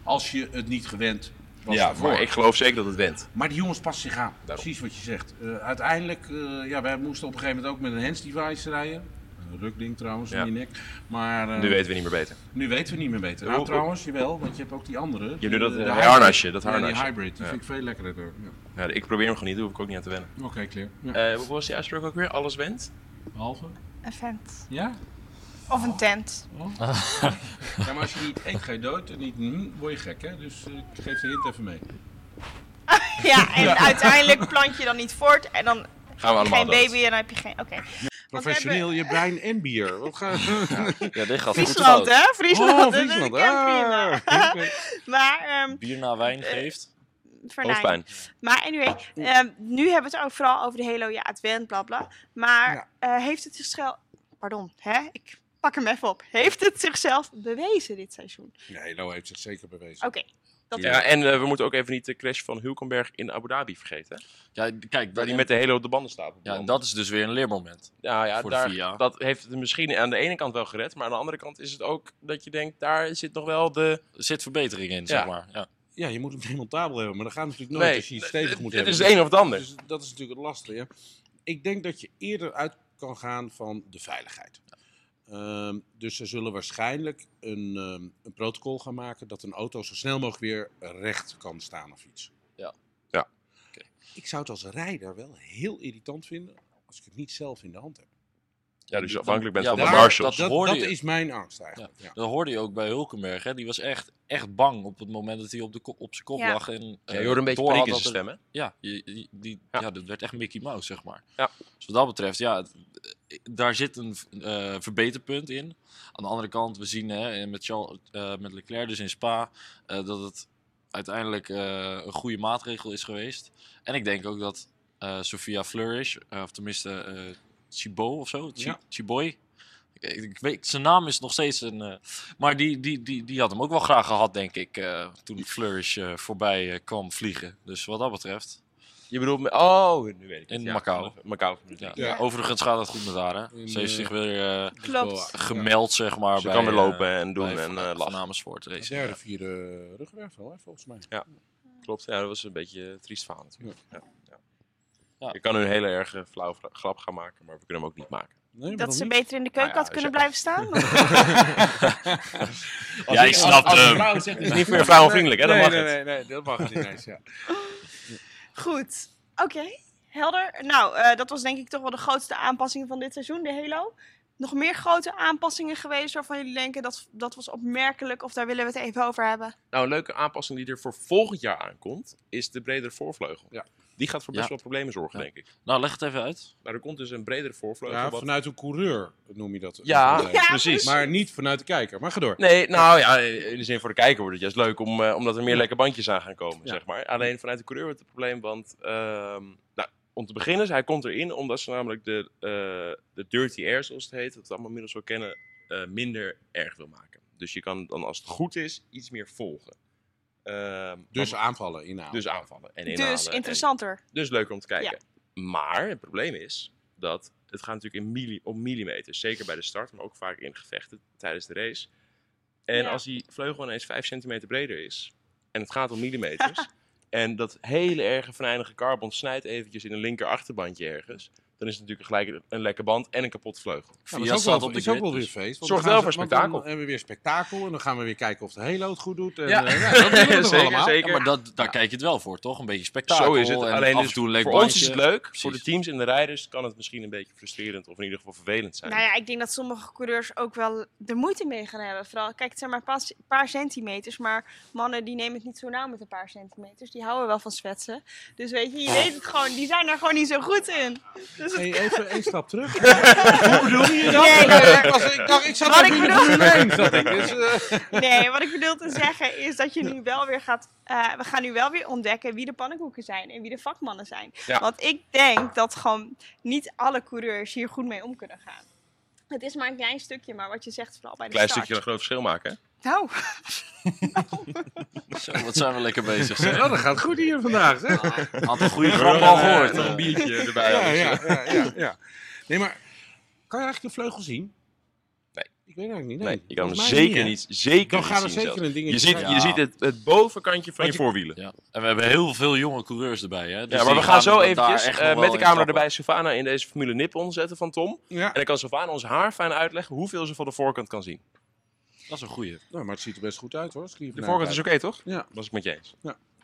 Speaker 2: Als je het niet gewend was
Speaker 1: ja,
Speaker 2: daarvoor.
Speaker 1: maar ik geloof zeker dat het went.
Speaker 2: Maar die jongens passen zich aan.
Speaker 1: Daarom.
Speaker 2: Precies wat je zegt. Eh, uiteindelijk, eh, ja, wij moesten op een gegeven moment ook met een hands device rijden. Een rukding trouwens,
Speaker 1: Ja.
Speaker 2: in je nek. Maar eh,
Speaker 1: Nu weten we niet meer beter.
Speaker 2: nu weten we niet meer beter. Nou
Speaker 1: Hoe-
Speaker 2: trouwens, jawel, want je hebt ook die andere.
Speaker 1: hebt nu dat,
Speaker 2: De- de
Speaker 1: eh,
Speaker 2: hybrid.
Speaker 1: harnasje, dat
Speaker 2: Ja,
Speaker 1: harnasje.
Speaker 2: die hybrid, die
Speaker 1: Ja.
Speaker 2: vind ik veel lekkerder. Ja.
Speaker 1: Ja, ik probeer hem gewoon niet, daar hoef ik ook niet aan te wennen.
Speaker 2: Oké, clear. Ja.
Speaker 1: Eh hoe was die uitspraak ook weer? Alles went?
Speaker 2: Halve?
Speaker 3: Een vent.
Speaker 2: Ja?
Speaker 3: Of een tent.
Speaker 2: Oh. ja, maar als je niet eet, ga je dood. En niet mm, word je gek, hè? Dus eh, ik geef de hint even mee.
Speaker 3: Ja, en uiteindelijk plant je dan niet voort en dan
Speaker 1: Gaan we allemaal
Speaker 3: geen
Speaker 1: dood.
Speaker 3: baby en dan heb je geen... Oké.
Speaker 2: Professioneel, je brein en bier. Wat ga
Speaker 5: Ja, dit gaat goed fout.
Speaker 3: Friesland, hè? Friesland.
Speaker 2: Oh,
Speaker 3: dat is
Speaker 2: Friesland.
Speaker 3: een camping.
Speaker 2: Ah, oké.
Speaker 3: Maar, ehm
Speaker 4: Bier na wijn
Speaker 1: Eh,
Speaker 4: geeft.
Speaker 3: vernijn.
Speaker 1: Hoofdpijn.
Speaker 3: Maar anyway, ehm, nu hebben we het ook vooral over de Halo, ja, het went, bla bla. Maar eh, heeft het zichzelf. Pardon, hè? Ik pak hem even op. Heeft het zichzelf bewezen dit seizoen?
Speaker 2: Ja, Halo heeft zich zeker bewezen.
Speaker 3: Oké. Dat
Speaker 1: Ja, en eh, we moeten ook even niet de crash van Hulkenberg in Abu Dhabi vergeten. Hè?
Speaker 4: Ja, kijk,
Speaker 1: Waar
Speaker 4: dat,
Speaker 1: die met de hele op de banden staat. op de
Speaker 4: ja,
Speaker 1: band.
Speaker 4: dat is dus weer een leermoment.
Speaker 1: ja, ja,
Speaker 4: voor de
Speaker 1: daar,
Speaker 4: VIA.
Speaker 1: dat heeft het misschien aan de ene kant wel gered. Maar aan de andere kant is het ook dat je denkt, daar zit nog wel de...
Speaker 4: Er zit verbetering in,
Speaker 1: Ja.
Speaker 4: zeg maar. Ja.
Speaker 2: Ja, je moet hem demontabel hebben, maar dat gaat natuurlijk nooit
Speaker 1: Nee,
Speaker 2: als je iets stevig moet
Speaker 1: het
Speaker 2: hebben.
Speaker 1: is het een of het ander.
Speaker 2: Dus dat is natuurlijk het lastige. Ik denk dat je eerder uit kan gaan van de veiligheid. Ehm, dus ze zullen waarschijnlijk een, ehm, een protocol gaan maken dat een auto zo snel mogelijk weer recht kan staan of iets.
Speaker 4: Ja.
Speaker 1: Ja.
Speaker 4: Oké.
Speaker 2: Ik zou het als rijder wel heel irritant vinden als ik het niet zelf in de hand heb.
Speaker 1: Ja, dus je afhankelijk bent
Speaker 4: Ja,
Speaker 1: van de
Speaker 4: daar-
Speaker 1: marshals.
Speaker 4: dat
Speaker 2: dat,
Speaker 4: hoorde
Speaker 2: dat
Speaker 4: je.
Speaker 2: is mijn angst eigenlijk. Ja.
Speaker 4: Dat hoorde je ook bij Hulkenberg. Hè? Die was echt, echt bang op het moment dat hij op, de ko- op zijn kop
Speaker 3: Ja.
Speaker 4: lag. En,
Speaker 1: Ja,
Speaker 4: eh,
Speaker 1: je hoort een beetje
Speaker 4: doorhad
Speaker 1: paniek in
Speaker 4: dat
Speaker 1: zijn
Speaker 4: er-
Speaker 1: stem, hè?
Speaker 4: Ja, je- je- die,
Speaker 1: Ja.
Speaker 4: ja. dat werd echt Mickey Mouse, zeg maar.
Speaker 1: Ja.
Speaker 4: Dus wat dat betreft, ja, het- eh, daar zit een eh, verbeterpunt in. Aan de andere kant, we zien hè, met, Charles, eh, met Leclerc dus in Spa eh, dat het uiteindelijk eh, een goede maatregel is geweest. En ik denk ook dat eh Sophia Flourish, eh, of tenminste eh Cibot of zo, Chi-
Speaker 2: Ja.
Speaker 4: Chiboy. Ik, ik weet, zijn naam is nog steeds een. eh, maar die, die, die, die had hem ook wel graag gehad, denk ik. eh, toen Flourish eh, voorbij eh, kwam vliegen. Dus wat dat betreft.
Speaker 1: Je bedoelt... met- Oh, nu weet ik het.
Speaker 4: In
Speaker 1: ja.
Speaker 4: Macau.
Speaker 1: Macau.
Speaker 4: Ja.
Speaker 2: Ja.
Speaker 4: Overigens gaat het goed met haar. Hè?
Speaker 2: In,
Speaker 4: Ze heeft
Speaker 2: eh,
Speaker 4: zich weer eh,
Speaker 3: klopt.
Speaker 4: gemeld, zeg maar.
Speaker 1: Ze
Speaker 4: bij,
Speaker 1: kan weer
Speaker 4: eh,
Speaker 1: lopen en doen
Speaker 4: bij
Speaker 1: en
Speaker 4: Van-
Speaker 1: eh
Speaker 4: Van
Speaker 1: lachen.
Speaker 4: Amersfoort
Speaker 2: De
Speaker 4: Racing.
Speaker 2: derde, vierde ruggenwerf wel, hè, volgens mij.
Speaker 1: Klopt, ja, dat was een beetje een triest verhaal natuurlijk. Ja. Ja.
Speaker 4: Ja.
Speaker 1: Je kan nu een hele erg eh, flauw vra- grap gaan maken, maar we kunnen hem ook niet maken.
Speaker 2: Nee,
Speaker 3: Dat ze
Speaker 2: waarom
Speaker 3: beter in de keuken
Speaker 1: Nou ja,
Speaker 3: had kunnen
Speaker 1: dus ja.
Speaker 3: blijven staan. maar-
Speaker 4: Jij snapt
Speaker 2: als- als-
Speaker 4: hem.
Speaker 1: vrouw zegt, is niet meer vrouwenvriendelijk, hè? Dan mag het.
Speaker 2: nee, dat mag het ineens, ja.
Speaker 3: Goed. Oké. Helder. Nou, eh, dat was denk ik toch wel de grootste aanpassing van dit seizoen, de Halo. Nog meer grote aanpassingen geweest waarvan jullie denken dat dat was opmerkelijk of daar willen we het even over hebben.
Speaker 1: Nou, een leuke aanpassing die er voor volgend jaar aankomt, is de bredere voorvleugel.
Speaker 2: Ja.
Speaker 1: Die gaat voor best
Speaker 4: Ja.
Speaker 1: wel problemen zorgen,
Speaker 4: Ja.
Speaker 1: denk ik.
Speaker 4: Nou, leg het even uit.
Speaker 1: Maar er komt dus een bredere voorvleugel.
Speaker 2: Ja,
Speaker 1: wat-
Speaker 2: vanuit een coureur noem je dat.
Speaker 1: Ja,
Speaker 2: Nee.
Speaker 3: Ja,
Speaker 1: precies.
Speaker 2: Maar niet vanuit de kijker. Maar ga door.
Speaker 1: Nee, nou ja, in de zin voor de kijker wordt het juist leuk om, eh, omdat er meer lekker bandjes aan gaan komen,
Speaker 2: Ja.
Speaker 1: zeg maar. Alleen vanuit de coureur wordt het een probleem, want ehm, nou, om te beginnen, hij komt erin omdat ze namelijk de, eh, de dirty air, zoals het heet, dat we allemaal inmiddels wel kennen, eh, minder erg wil maken. Dus je kan dan als het goed is iets meer volgen. Ehm,
Speaker 2: Dus
Speaker 1: dan-
Speaker 2: aanvallen, inhouden.
Speaker 1: dus aanvallen en inhalen.
Speaker 3: Dus
Speaker 1: en-
Speaker 3: interessanter.
Speaker 1: dus leuker om te kijken. Maar het probleem is dat het gaat natuurlijk in milli om millimeters. Zeker bij de start, maar ook vaak in gevechten tijdens de race. En
Speaker 3: Ja.
Speaker 1: als die vleugel ineens 5 centimeter breder is en het gaat om millimeters. en dat hele erge venijnige carbon snijdt eventjes in een linker achterbandje ergens. Dan is het natuurlijk gelijk een- een lekke band en een kapot vleugel.
Speaker 2: Ja, maar
Speaker 4: Via
Speaker 2: is ook
Speaker 4: staat
Speaker 2: wel,
Speaker 4: op de
Speaker 2: is ook
Speaker 4: grid.
Speaker 2: wel
Speaker 4: dus-
Speaker 2: weer feest. want
Speaker 1: Zorgt
Speaker 2: dan gaan
Speaker 1: wel
Speaker 2: ze-
Speaker 1: voor
Speaker 2: want dan
Speaker 1: spektakel.
Speaker 2: hebben we weer spektakel. En dan gaan we weer kijken of de Halo het goed doet. En,
Speaker 1: Ja.
Speaker 2: eh, ja, dat doen we nog
Speaker 1: Zeker,
Speaker 2: allemaal.
Speaker 1: zeker.
Speaker 4: Ja, maar dat, daar kijk je het wel voor, toch? Een beetje spektakel.
Speaker 1: Zo is het.
Speaker 4: en
Speaker 1: Alleen
Speaker 4: af
Speaker 1: dus
Speaker 4: en toe een leuk
Speaker 1: voor ons
Speaker 4: bandje.
Speaker 1: is het leuk. Voor de
Speaker 4: Precies.
Speaker 1: teams en de rijders kan het misschien een beetje frustrerend of in ieder geval vervelend zijn.
Speaker 3: Nou ja, ik denk dat sommige coureurs ook wel de moeite mee gaan hebben. Vooral, kijk, het zijn maar een paar, paar centimeters, maar mannen die nemen het niet zo nauw met een paar centimeters. Die houden wel van zwetsen. Dus weet je, je weet het gewoon, die zijn daar gewoon niet zo goed in. Dus Dus het-
Speaker 5: Hey, even één stap terug. Hoe bedoel je dat?
Speaker 3: Nee,
Speaker 2: Ja,
Speaker 3: nou,
Speaker 2: ik, was, ik dacht, ik zat
Speaker 3: Wat
Speaker 2: al
Speaker 3: ik
Speaker 2: in de
Speaker 3: bedoel-
Speaker 2: Formule 1, zat ik. Dus, eh,
Speaker 3: Nee, wat ik bedoel te zeggen is dat je nu wel weer gaat. eh, we gaan nu wel weer ontdekken wie de pannenkoeken zijn en wie de vakmannen zijn.
Speaker 2: Ja.
Speaker 3: Want ik denk dat gewoon niet alle coureurs hier goed mee om kunnen gaan. Het is maar een klein stukje, maar wat je zegt vooral bij de
Speaker 1: Klein
Speaker 3: start.
Speaker 1: stukje een groot verschil maken. hè?
Speaker 3: Nou,
Speaker 4: Zo, wat zijn we lekker bezig. zeg.
Speaker 2: nou, dat gaat goed hier vandaag, zeg.
Speaker 4: Had een goede
Speaker 1: Nog
Speaker 4: grap al
Speaker 1: een, eh,
Speaker 4: gehoord.
Speaker 1: Nog
Speaker 4: eh.
Speaker 1: een biertje erbij.
Speaker 2: Ja,
Speaker 1: alles,
Speaker 2: ja,
Speaker 1: hè?
Speaker 2: ja, ja, ja. Nee, maar kan je eigenlijk de vleugel zien?
Speaker 1: Nee.
Speaker 2: Ik weet het eigenlijk niet. Nee,
Speaker 1: Nee, je kan hem
Speaker 2: Volgens mij
Speaker 1: zeker
Speaker 2: hè?
Speaker 1: niet, zeker
Speaker 2: Dan
Speaker 1: niet
Speaker 2: gaat er
Speaker 1: zien
Speaker 2: zeker
Speaker 1: zelfs.
Speaker 2: een dingetje
Speaker 1: Je ziet,
Speaker 2: zijn.
Speaker 4: Ja.
Speaker 1: je ziet het, het bovenkantje van
Speaker 2: Want
Speaker 1: je
Speaker 2: je-
Speaker 1: voorwielen.
Speaker 4: Ja. En we hebben heel veel jonge coureurs erbij. Hè? Dus
Speaker 1: ja, maar
Speaker 4: die
Speaker 1: we gaan zo
Speaker 4: daar
Speaker 1: eventjes
Speaker 4: echt
Speaker 1: eh,
Speaker 4: nog
Speaker 1: met
Speaker 4: wel
Speaker 1: de
Speaker 4: in
Speaker 1: camera
Speaker 4: stappen.
Speaker 1: erbij Sylvana in deze Formule Nip onderzetten van Tom. En
Speaker 2: Ja,
Speaker 1: dan kan Sylvana ons haar fijn uitleggen hoeveel ze van de voorkant kan zien.
Speaker 4: Dat is een goeie.
Speaker 2: nou, maar het ziet er best goed uit hoor. als ik hier
Speaker 1: De
Speaker 2: vandaan
Speaker 1: voorkant is
Speaker 2: kijk.
Speaker 1: oké, toch?
Speaker 2: Ja.
Speaker 1: Was ik met je eens.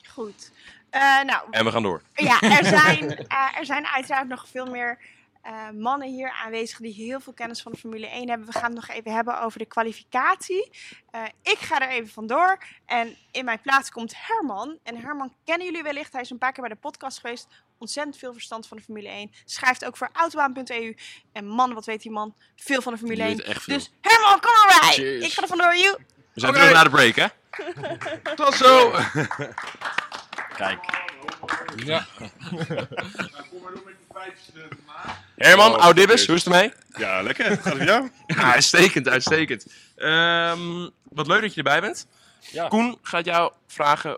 Speaker 3: goed. Eh, nou,
Speaker 1: En we gaan door.
Speaker 3: Ja, er zijn, eh, er zijn uiteraard nog veel meer eh, mannen hier aanwezig die heel veel kennis van de Formule 1 hebben. We gaan het nog even hebben over de kwalificatie. Eh, ik ga er even vandoor en in mijn plaats komt Herman. En Herman kennen jullie wellicht, hij is een paar keer bij de podcast geweest. Ontzettend veel verstand van de Formule 1. Schrijft ook voor autobaan.eu. En man, wat weet die man? Veel van de Formule
Speaker 4: Die weet
Speaker 3: 1.
Speaker 4: echt veel.
Speaker 3: Dus Herman, kom maar bij!
Speaker 4: Cheers.
Speaker 3: Ik ga er vandoor, you.
Speaker 1: We zijn
Speaker 2: Oké.
Speaker 1: terug naar de break, hè?
Speaker 2: Tot zo!
Speaker 4: Kijk,
Speaker 2: Ja.
Speaker 1: Herman,
Speaker 6: Oh,
Speaker 1: Audibbus,
Speaker 6: jezus.
Speaker 1: hoe is het ermee?
Speaker 6: Ja, lekker. Gaat het met jou?
Speaker 1: Ja, uitstekend, uitstekend. Ehm, wat leuk dat je erbij bent.
Speaker 4: Ja.
Speaker 1: Koen gaat jou vragen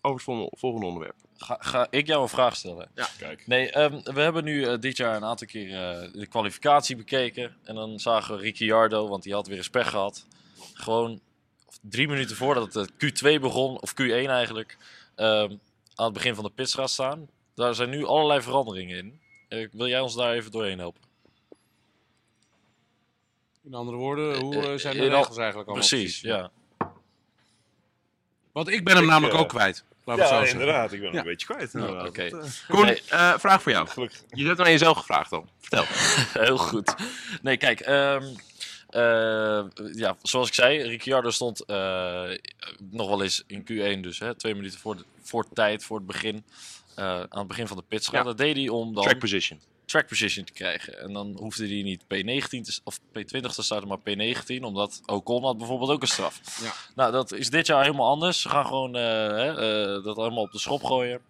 Speaker 1: over het volgende, volgende onderwerp.
Speaker 4: ga, ga ik jou een vraag stellen?
Speaker 6: Kijk.
Speaker 4: Nee, ehm, we hebben nu eh, dit jaar een aantal keer eh, de kwalificatie bekeken. En dan zagen we Ricciardo, want die had weer eens pech gehad. Gewoon drie minuten voordat het Q2 begon, of Q1 eigenlijk, ehm, aan het begin van de pits gaat staan. Daar zijn nu allerlei veranderingen in. Eh, wil jij ons daar even doorheen helpen?
Speaker 2: In andere woorden, hoe eh, zijn de
Speaker 4: In al-
Speaker 2: regels eigenlijk allemaal?
Speaker 4: Precies, ja.
Speaker 2: Want ik ben hem
Speaker 6: Ik,
Speaker 2: namelijk
Speaker 6: eh,
Speaker 2: ook kwijt. Laat me
Speaker 6: Ja,
Speaker 2: zo zeggen.
Speaker 6: inderdaad. Ik ben
Speaker 2: Ja.
Speaker 6: een beetje kwijt.
Speaker 4: Nou,
Speaker 6: inderdaad.
Speaker 4: oké.
Speaker 6: Dat, eh,
Speaker 1: Koen,
Speaker 4: Nee.
Speaker 1: eh, vraag voor jou.
Speaker 6: gelukkig.
Speaker 1: Je hebt het aan jezelf gevraagd al. Vertel.
Speaker 4: Heel goed. Nee, kijk. ehm, eh, ja, zoals ik zei, Ricciardo stond eh, nog wel eens in Q1, dus hè, twee minuten voor, de, voor tijd, voor het begin. eh, aan het begin van de pitstraat.
Speaker 1: Ja.
Speaker 4: Dat deed hij om dan
Speaker 1: Track
Speaker 4: track,
Speaker 1: position.
Speaker 4: position te krijgen. En dan hoefde hij niet P19 te s- of P20 te starten, maar P19, omdat Ocon had bijvoorbeeld ook een straf.
Speaker 2: Ja.
Speaker 4: Nou, dat is dit jaar helemaal anders. Ze gaan gewoon eh, hè, eh, dat helemaal op de schop gooien.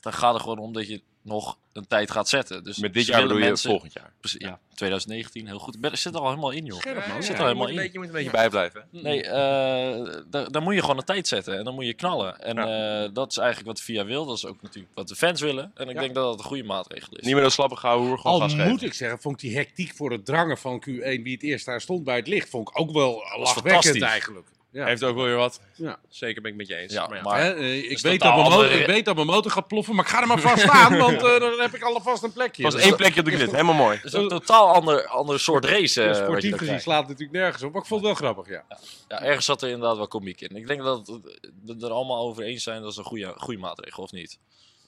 Speaker 4: Dan gaat het gewoon om dat je nog een tijd gaat zetten. Dus
Speaker 1: Met dit
Speaker 4: ze
Speaker 1: jaar
Speaker 4: willen
Speaker 1: bedoel je
Speaker 4: mensen-
Speaker 1: volgend jaar.
Speaker 4: Precies, ja, 2019, heel goed. Ik ben- Ik zit er al helemaal in, joh.
Speaker 2: Scherp, man.
Speaker 4: Zit
Speaker 2: Ja.
Speaker 4: er
Speaker 1: je,
Speaker 4: helemaal
Speaker 1: moet een
Speaker 4: in.
Speaker 1: beetje, je moet een beetje bijblijven. hè?
Speaker 4: Nee, eh, daar, daar moet je gewoon een tijd zetten en dan moet je knallen. En eh, dat is eigenlijk wat VIA wil. Dat is ook natuurlijk wat de fans willen. En ik
Speaker 2: Ja.
Speaker 4: denk dat dat een goede maatregel is.
Speaker 1: Niet meer een slappe gouden hoer, gewoon
Speaker 2: Al
Speaker 1: gas
Speaker 2: moet
Speaker 1: geven.
Speaker 2: ik zeggen, vond ik die hectiek voor het drangen van Q1, wie het eerst daar stond bij het licht, vond ik ook wel lachwekkend
Speaker 4: fantastisch.
Speaker 2: eigenlijk. Ja.
Speaker 1: Heeft ook wel weer wat.
Speaker 2: Ja.
Speaker 1: Zeker ben ik met je eens.
Speaker 4: Ja,
Speaker 1: maar ja.
Speaker 4: maar
Speaker 2: Hè, eh, ik,
Speaker 4: is
Speaker 2: weet dat
Speaker 4: totaal
Speaker 2: mijn motor,
Speaker 4: andere-
Speaker 2: ik weet dat mijn motor gaat ploffen, maar ik ga er maar vast aan, want eh, dan heb ik alvast een plekje.
Speaker 1: was
Speaker 2: Dus
Speaker 1: één
Speaker 2: dat-
Speaker 1: plekje op de grid, helemaal mooi.
Speaker 4: het is een totaal ander, ander soort race. eh, wat je daar
Speaker 2: Eh, Sportief gezien
Speaker 4: krijgt.
Speaker 2: slaat het natuurlijk nergens op, maar ik vond het wel grappig, ja.
Speaker 4: Ja, ergens zat er inderdaad wel komiek in. Ik denk dat we het er allemaal over eens zijn dat is een goede, goede maatregel, of niet?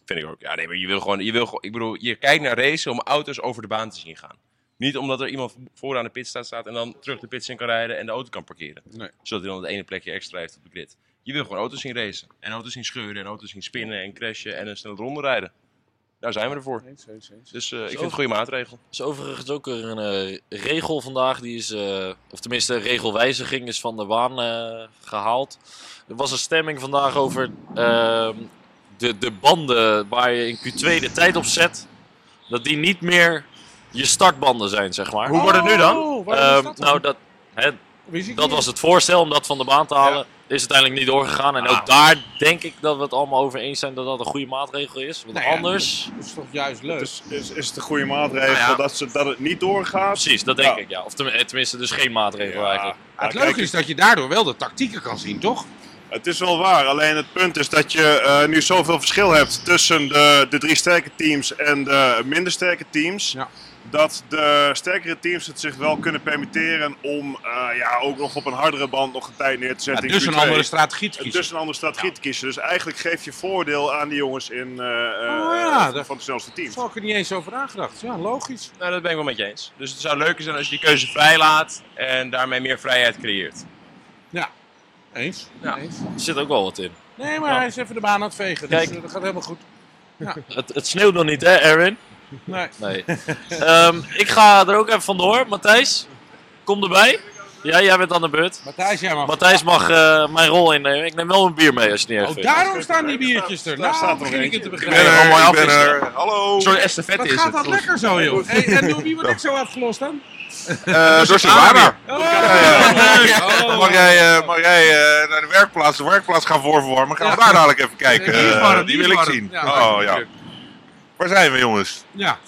Speaker 1: Vind ik ook. Ja, nee, maar je wil gewoon, je wil gewoon, ik bedoel, je kijkt naar racen om auto's over de baan te zien gaan. Niet omdat er iemand vooraan de pitstraat staat en dan terug de pits in kan rijden en de auto kan parkeren.
Speaker 2: Nee.
Speaker 1: Zodat hij dan het ene plekje extra heeft op de grid. Je wil gewoon auto's zien racen. En auto's zien scheuren en auto's zien spinnen en crashen en een snelle ronde rijden. Daar zijn we ervoor.
Speaker 2: Eens, eens, eens.
Speaker 1: Dus eh, ik vind het een goede maatregel.
Speaker 4: Er is overigens ook weer een eh, regel vandaag, die is, eh, of tenminste een regelwijziging is van de baan eh, gehaald. Er was een stemming vandaag over ehm, de, de banden waar je in Q2 de tijd op zet, dat die niet meer je startbanden zijn, zeg maar.
Speaker 1: Hoe wordt het nu dan?
Speaker 2: Oh, waarom is
Speaker 4: Ehm,
Speaker 2: dat dan?
Speaker 4: nou, dat, hè,
Speaker 2: Wist ik
Speaker 4: dat
Speaker 2: niet.
Speaker 4: was het voorstel om dat van de baan te halen. Is uiteindelijk niet doorgegaan. En ook daar denk ik dat we het allemaal over eens zijn dat dat een goede maatregel is. Want
Speaker 2: Nou ja,
Speaker 4: anders.
Speaker 2: Dat is toch juist leuk?
Speaker 6: Dus is, is het een goede maatregel
Speaker 1: Nou ja.
Speaker 6: dat, ze, dat het niet doorgaat?
Speaker 4: Precies, dat denk
Speaker 6: Ja.
Speaker 4: ik ja. Of tenmi- eh, tenminste, dus geen maatregel eigenlijk.
Speaker 6: Ja,
Speaker 2: het
Speaker 6: kijk,
Speaker 2: leuke is dat je daardoor wel de tactieken kan zien, toch?
Speaker 6: Het is wel waar, alleen het punt is dat je eh, nu zoveel verschil hebt tussen de, de drie sterke teams en de minder sterke teams.
Speaker 2: Ja.
Speaker 6: Dat de sterkere teams het zich wel kunnen permitteren om eh, ja, ook nog op een hardere band nog een tijd neer te
Speaker 2: Ja,
Speaker 6: zetten. in
Speaker 2: dus een
Speaker 6: Q2.
Speaker 2: andere strategie te
Speaker 6: En
Speaker 2: kiezen.
Speaker 6: dus een andere strategie te kiezen. Dus eigenlijk geef je voordeel aan die jongens in, eh, eh,
Speaker 2: Oh ja,
Speaker 6: van-
Speaker 2: dat-
Speaker 6: van de snelste teams.
Speaker 2: Daar had ik er niet eens over nagedacht. Ja, logisch.
Speaker 1: Nou, dat ben ik wel met je eens. Dus het zou leuker zijn als je die keuze vrij laat en daarmee meer vrijheid creëert.
Speaker 2: Eens.
Speaker 1: Ja.
Speaker 2: eens.
Speaker 4: Er zit ook wel wat in.
Speaker 2: Nee, maar
Speaker 4: Ja.
Speaker 2: hij is even de baan aan het vegen. Dus
Speaker 4: Kijk.
Speaker 2: eh, dat gaat helemaal goed.
Speaker 4: Het, het sneeuwt nog niet, hè, Aaron?
Speaker 2: Nee.
Speaker 4: Nee. Ehm, ik ga er ook even vandoor. Matthijs, kom erbij. Ja, jij bent aan de beurt.
Speaker 2: Matthijs, jij mag.
Speaker 4: Matthijs mag eh, mijn rol innemen. Ik neem wel een bier mee als je het niet erg
Speaker 2: Oh,
Speaker 4: vindt.
Speaker 2: daarom staan die biertjes er.
Speaker 6: Daar
Speaker 2: nou,
Speaker 6: staat er
Speaker 2: begin
Speaker 6: nog
Speaker 2: ik het te
Speaker 6: eentje.
Speaker 1: ben
Speaker 2: begrijpen.
Speaker 1: er. mooi
Speaker 6: ik ben
Speaker 1: afwisselen.
Speaker 6: er. Hallo.
Speaker 1: Een soort estafette
Speaker 2: Wat
Speaker 1: is
Speaker 2: gaat
Speaker 1: het.
Speaker 2: dat lekker zo, joh. Hey, en door wie word ik zo afgelost dan?
Speaker 6: Eh, door Sivana.
Speaker 2: Oh.
Speaker 6: Mag jij, eh, mag jij eh, naar de werkplaats, de werkplaats gaan voorverwarmen? Gaan we daar dadelijk even kijken.
Speaker 2: Die is
Speaker 6: Eh,
Speaker 2: warm,
Speaker 6: die
Speaker 2: die is
Speaker 6: wil ik
Speaker 2: warm.
Speaker 6: zien.
Speaker 2: Ja,
Speaker 6: oh, ja. Waar zijn we, jongens?
Speaker 2: Ja.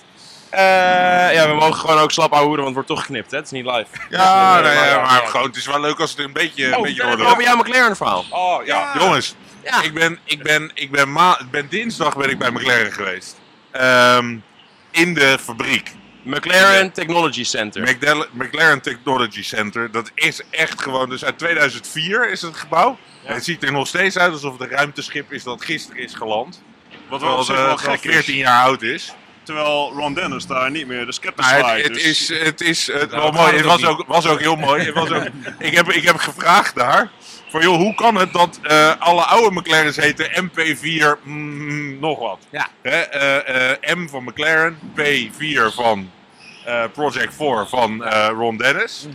Speaker 1: Eh, ja, we mogen gewoon ook slap ouwen, want het wordt toch geknipt, hè? Het is niet live.
Speaker 6: Ja,
Speaker 1: Eh,
Speaker 6: nee,
Speaker 1: maar ja,
Speaker 6: maar
Speaker 1: maar-
Speaker 6: gewoon, het is wel leuk als het een beetje, een
Speaker 1: Oh,
Speaker 6: beetje
Speaker 1: vertel
Speaker 6: orde
Speaker 1: over jouw McLaren verhaal.
Speaker 6: Oh, ja. Jongens, ik, ben, ik, ben, ik ben, ma ben dinsdag ben ik bij McLaren geweest. Ehm, in de fabriek.
Speaker 1: McLaren Technology Center.
Speaker 6: McDel- McLaren Technology Center, dat is echt gewoon, dus uit 2004 is het gebouw. En het ziet er nog steeds uit alsof het een ruimteschip is dat gisteren is geland.
Speaker 7: Wat wel op
Speaker 6: Terwijl
Speaker 2: eh,
Speaker 7: zich wel
Speaker 6: het
Speaker 7: gek
Speaker 6: wel
Speaker 7: is.
Speaker 6: 14 jaar oud is.
Speaker 7: Terwijl Ron Dennis daar niet meer de scepter
Speaker 6: Maar het,
Speaker 7: slaait.
Speaker 6: het
Speaker 7: dus-
Speaker 6: is, het is eh, wel
Speaker 2: Nou, gaat
Speaker 6: mooi.
Speaker 2: het
Speaker 6: Het
Speaker 2: ook
Speaker 6: was ook, was ook heel mooi. Het was ook, ik, heb, ik heb gevraagd daar. Van joh, hoe kan het dat eh, alle oude McLaren's heten MP4 mm, nog wat?
Speaker 2: Ja.
Speaker 6: Hè, eh, eh, M van McLaren, P4 van eh, Project 4 van eh, Ron Dennis.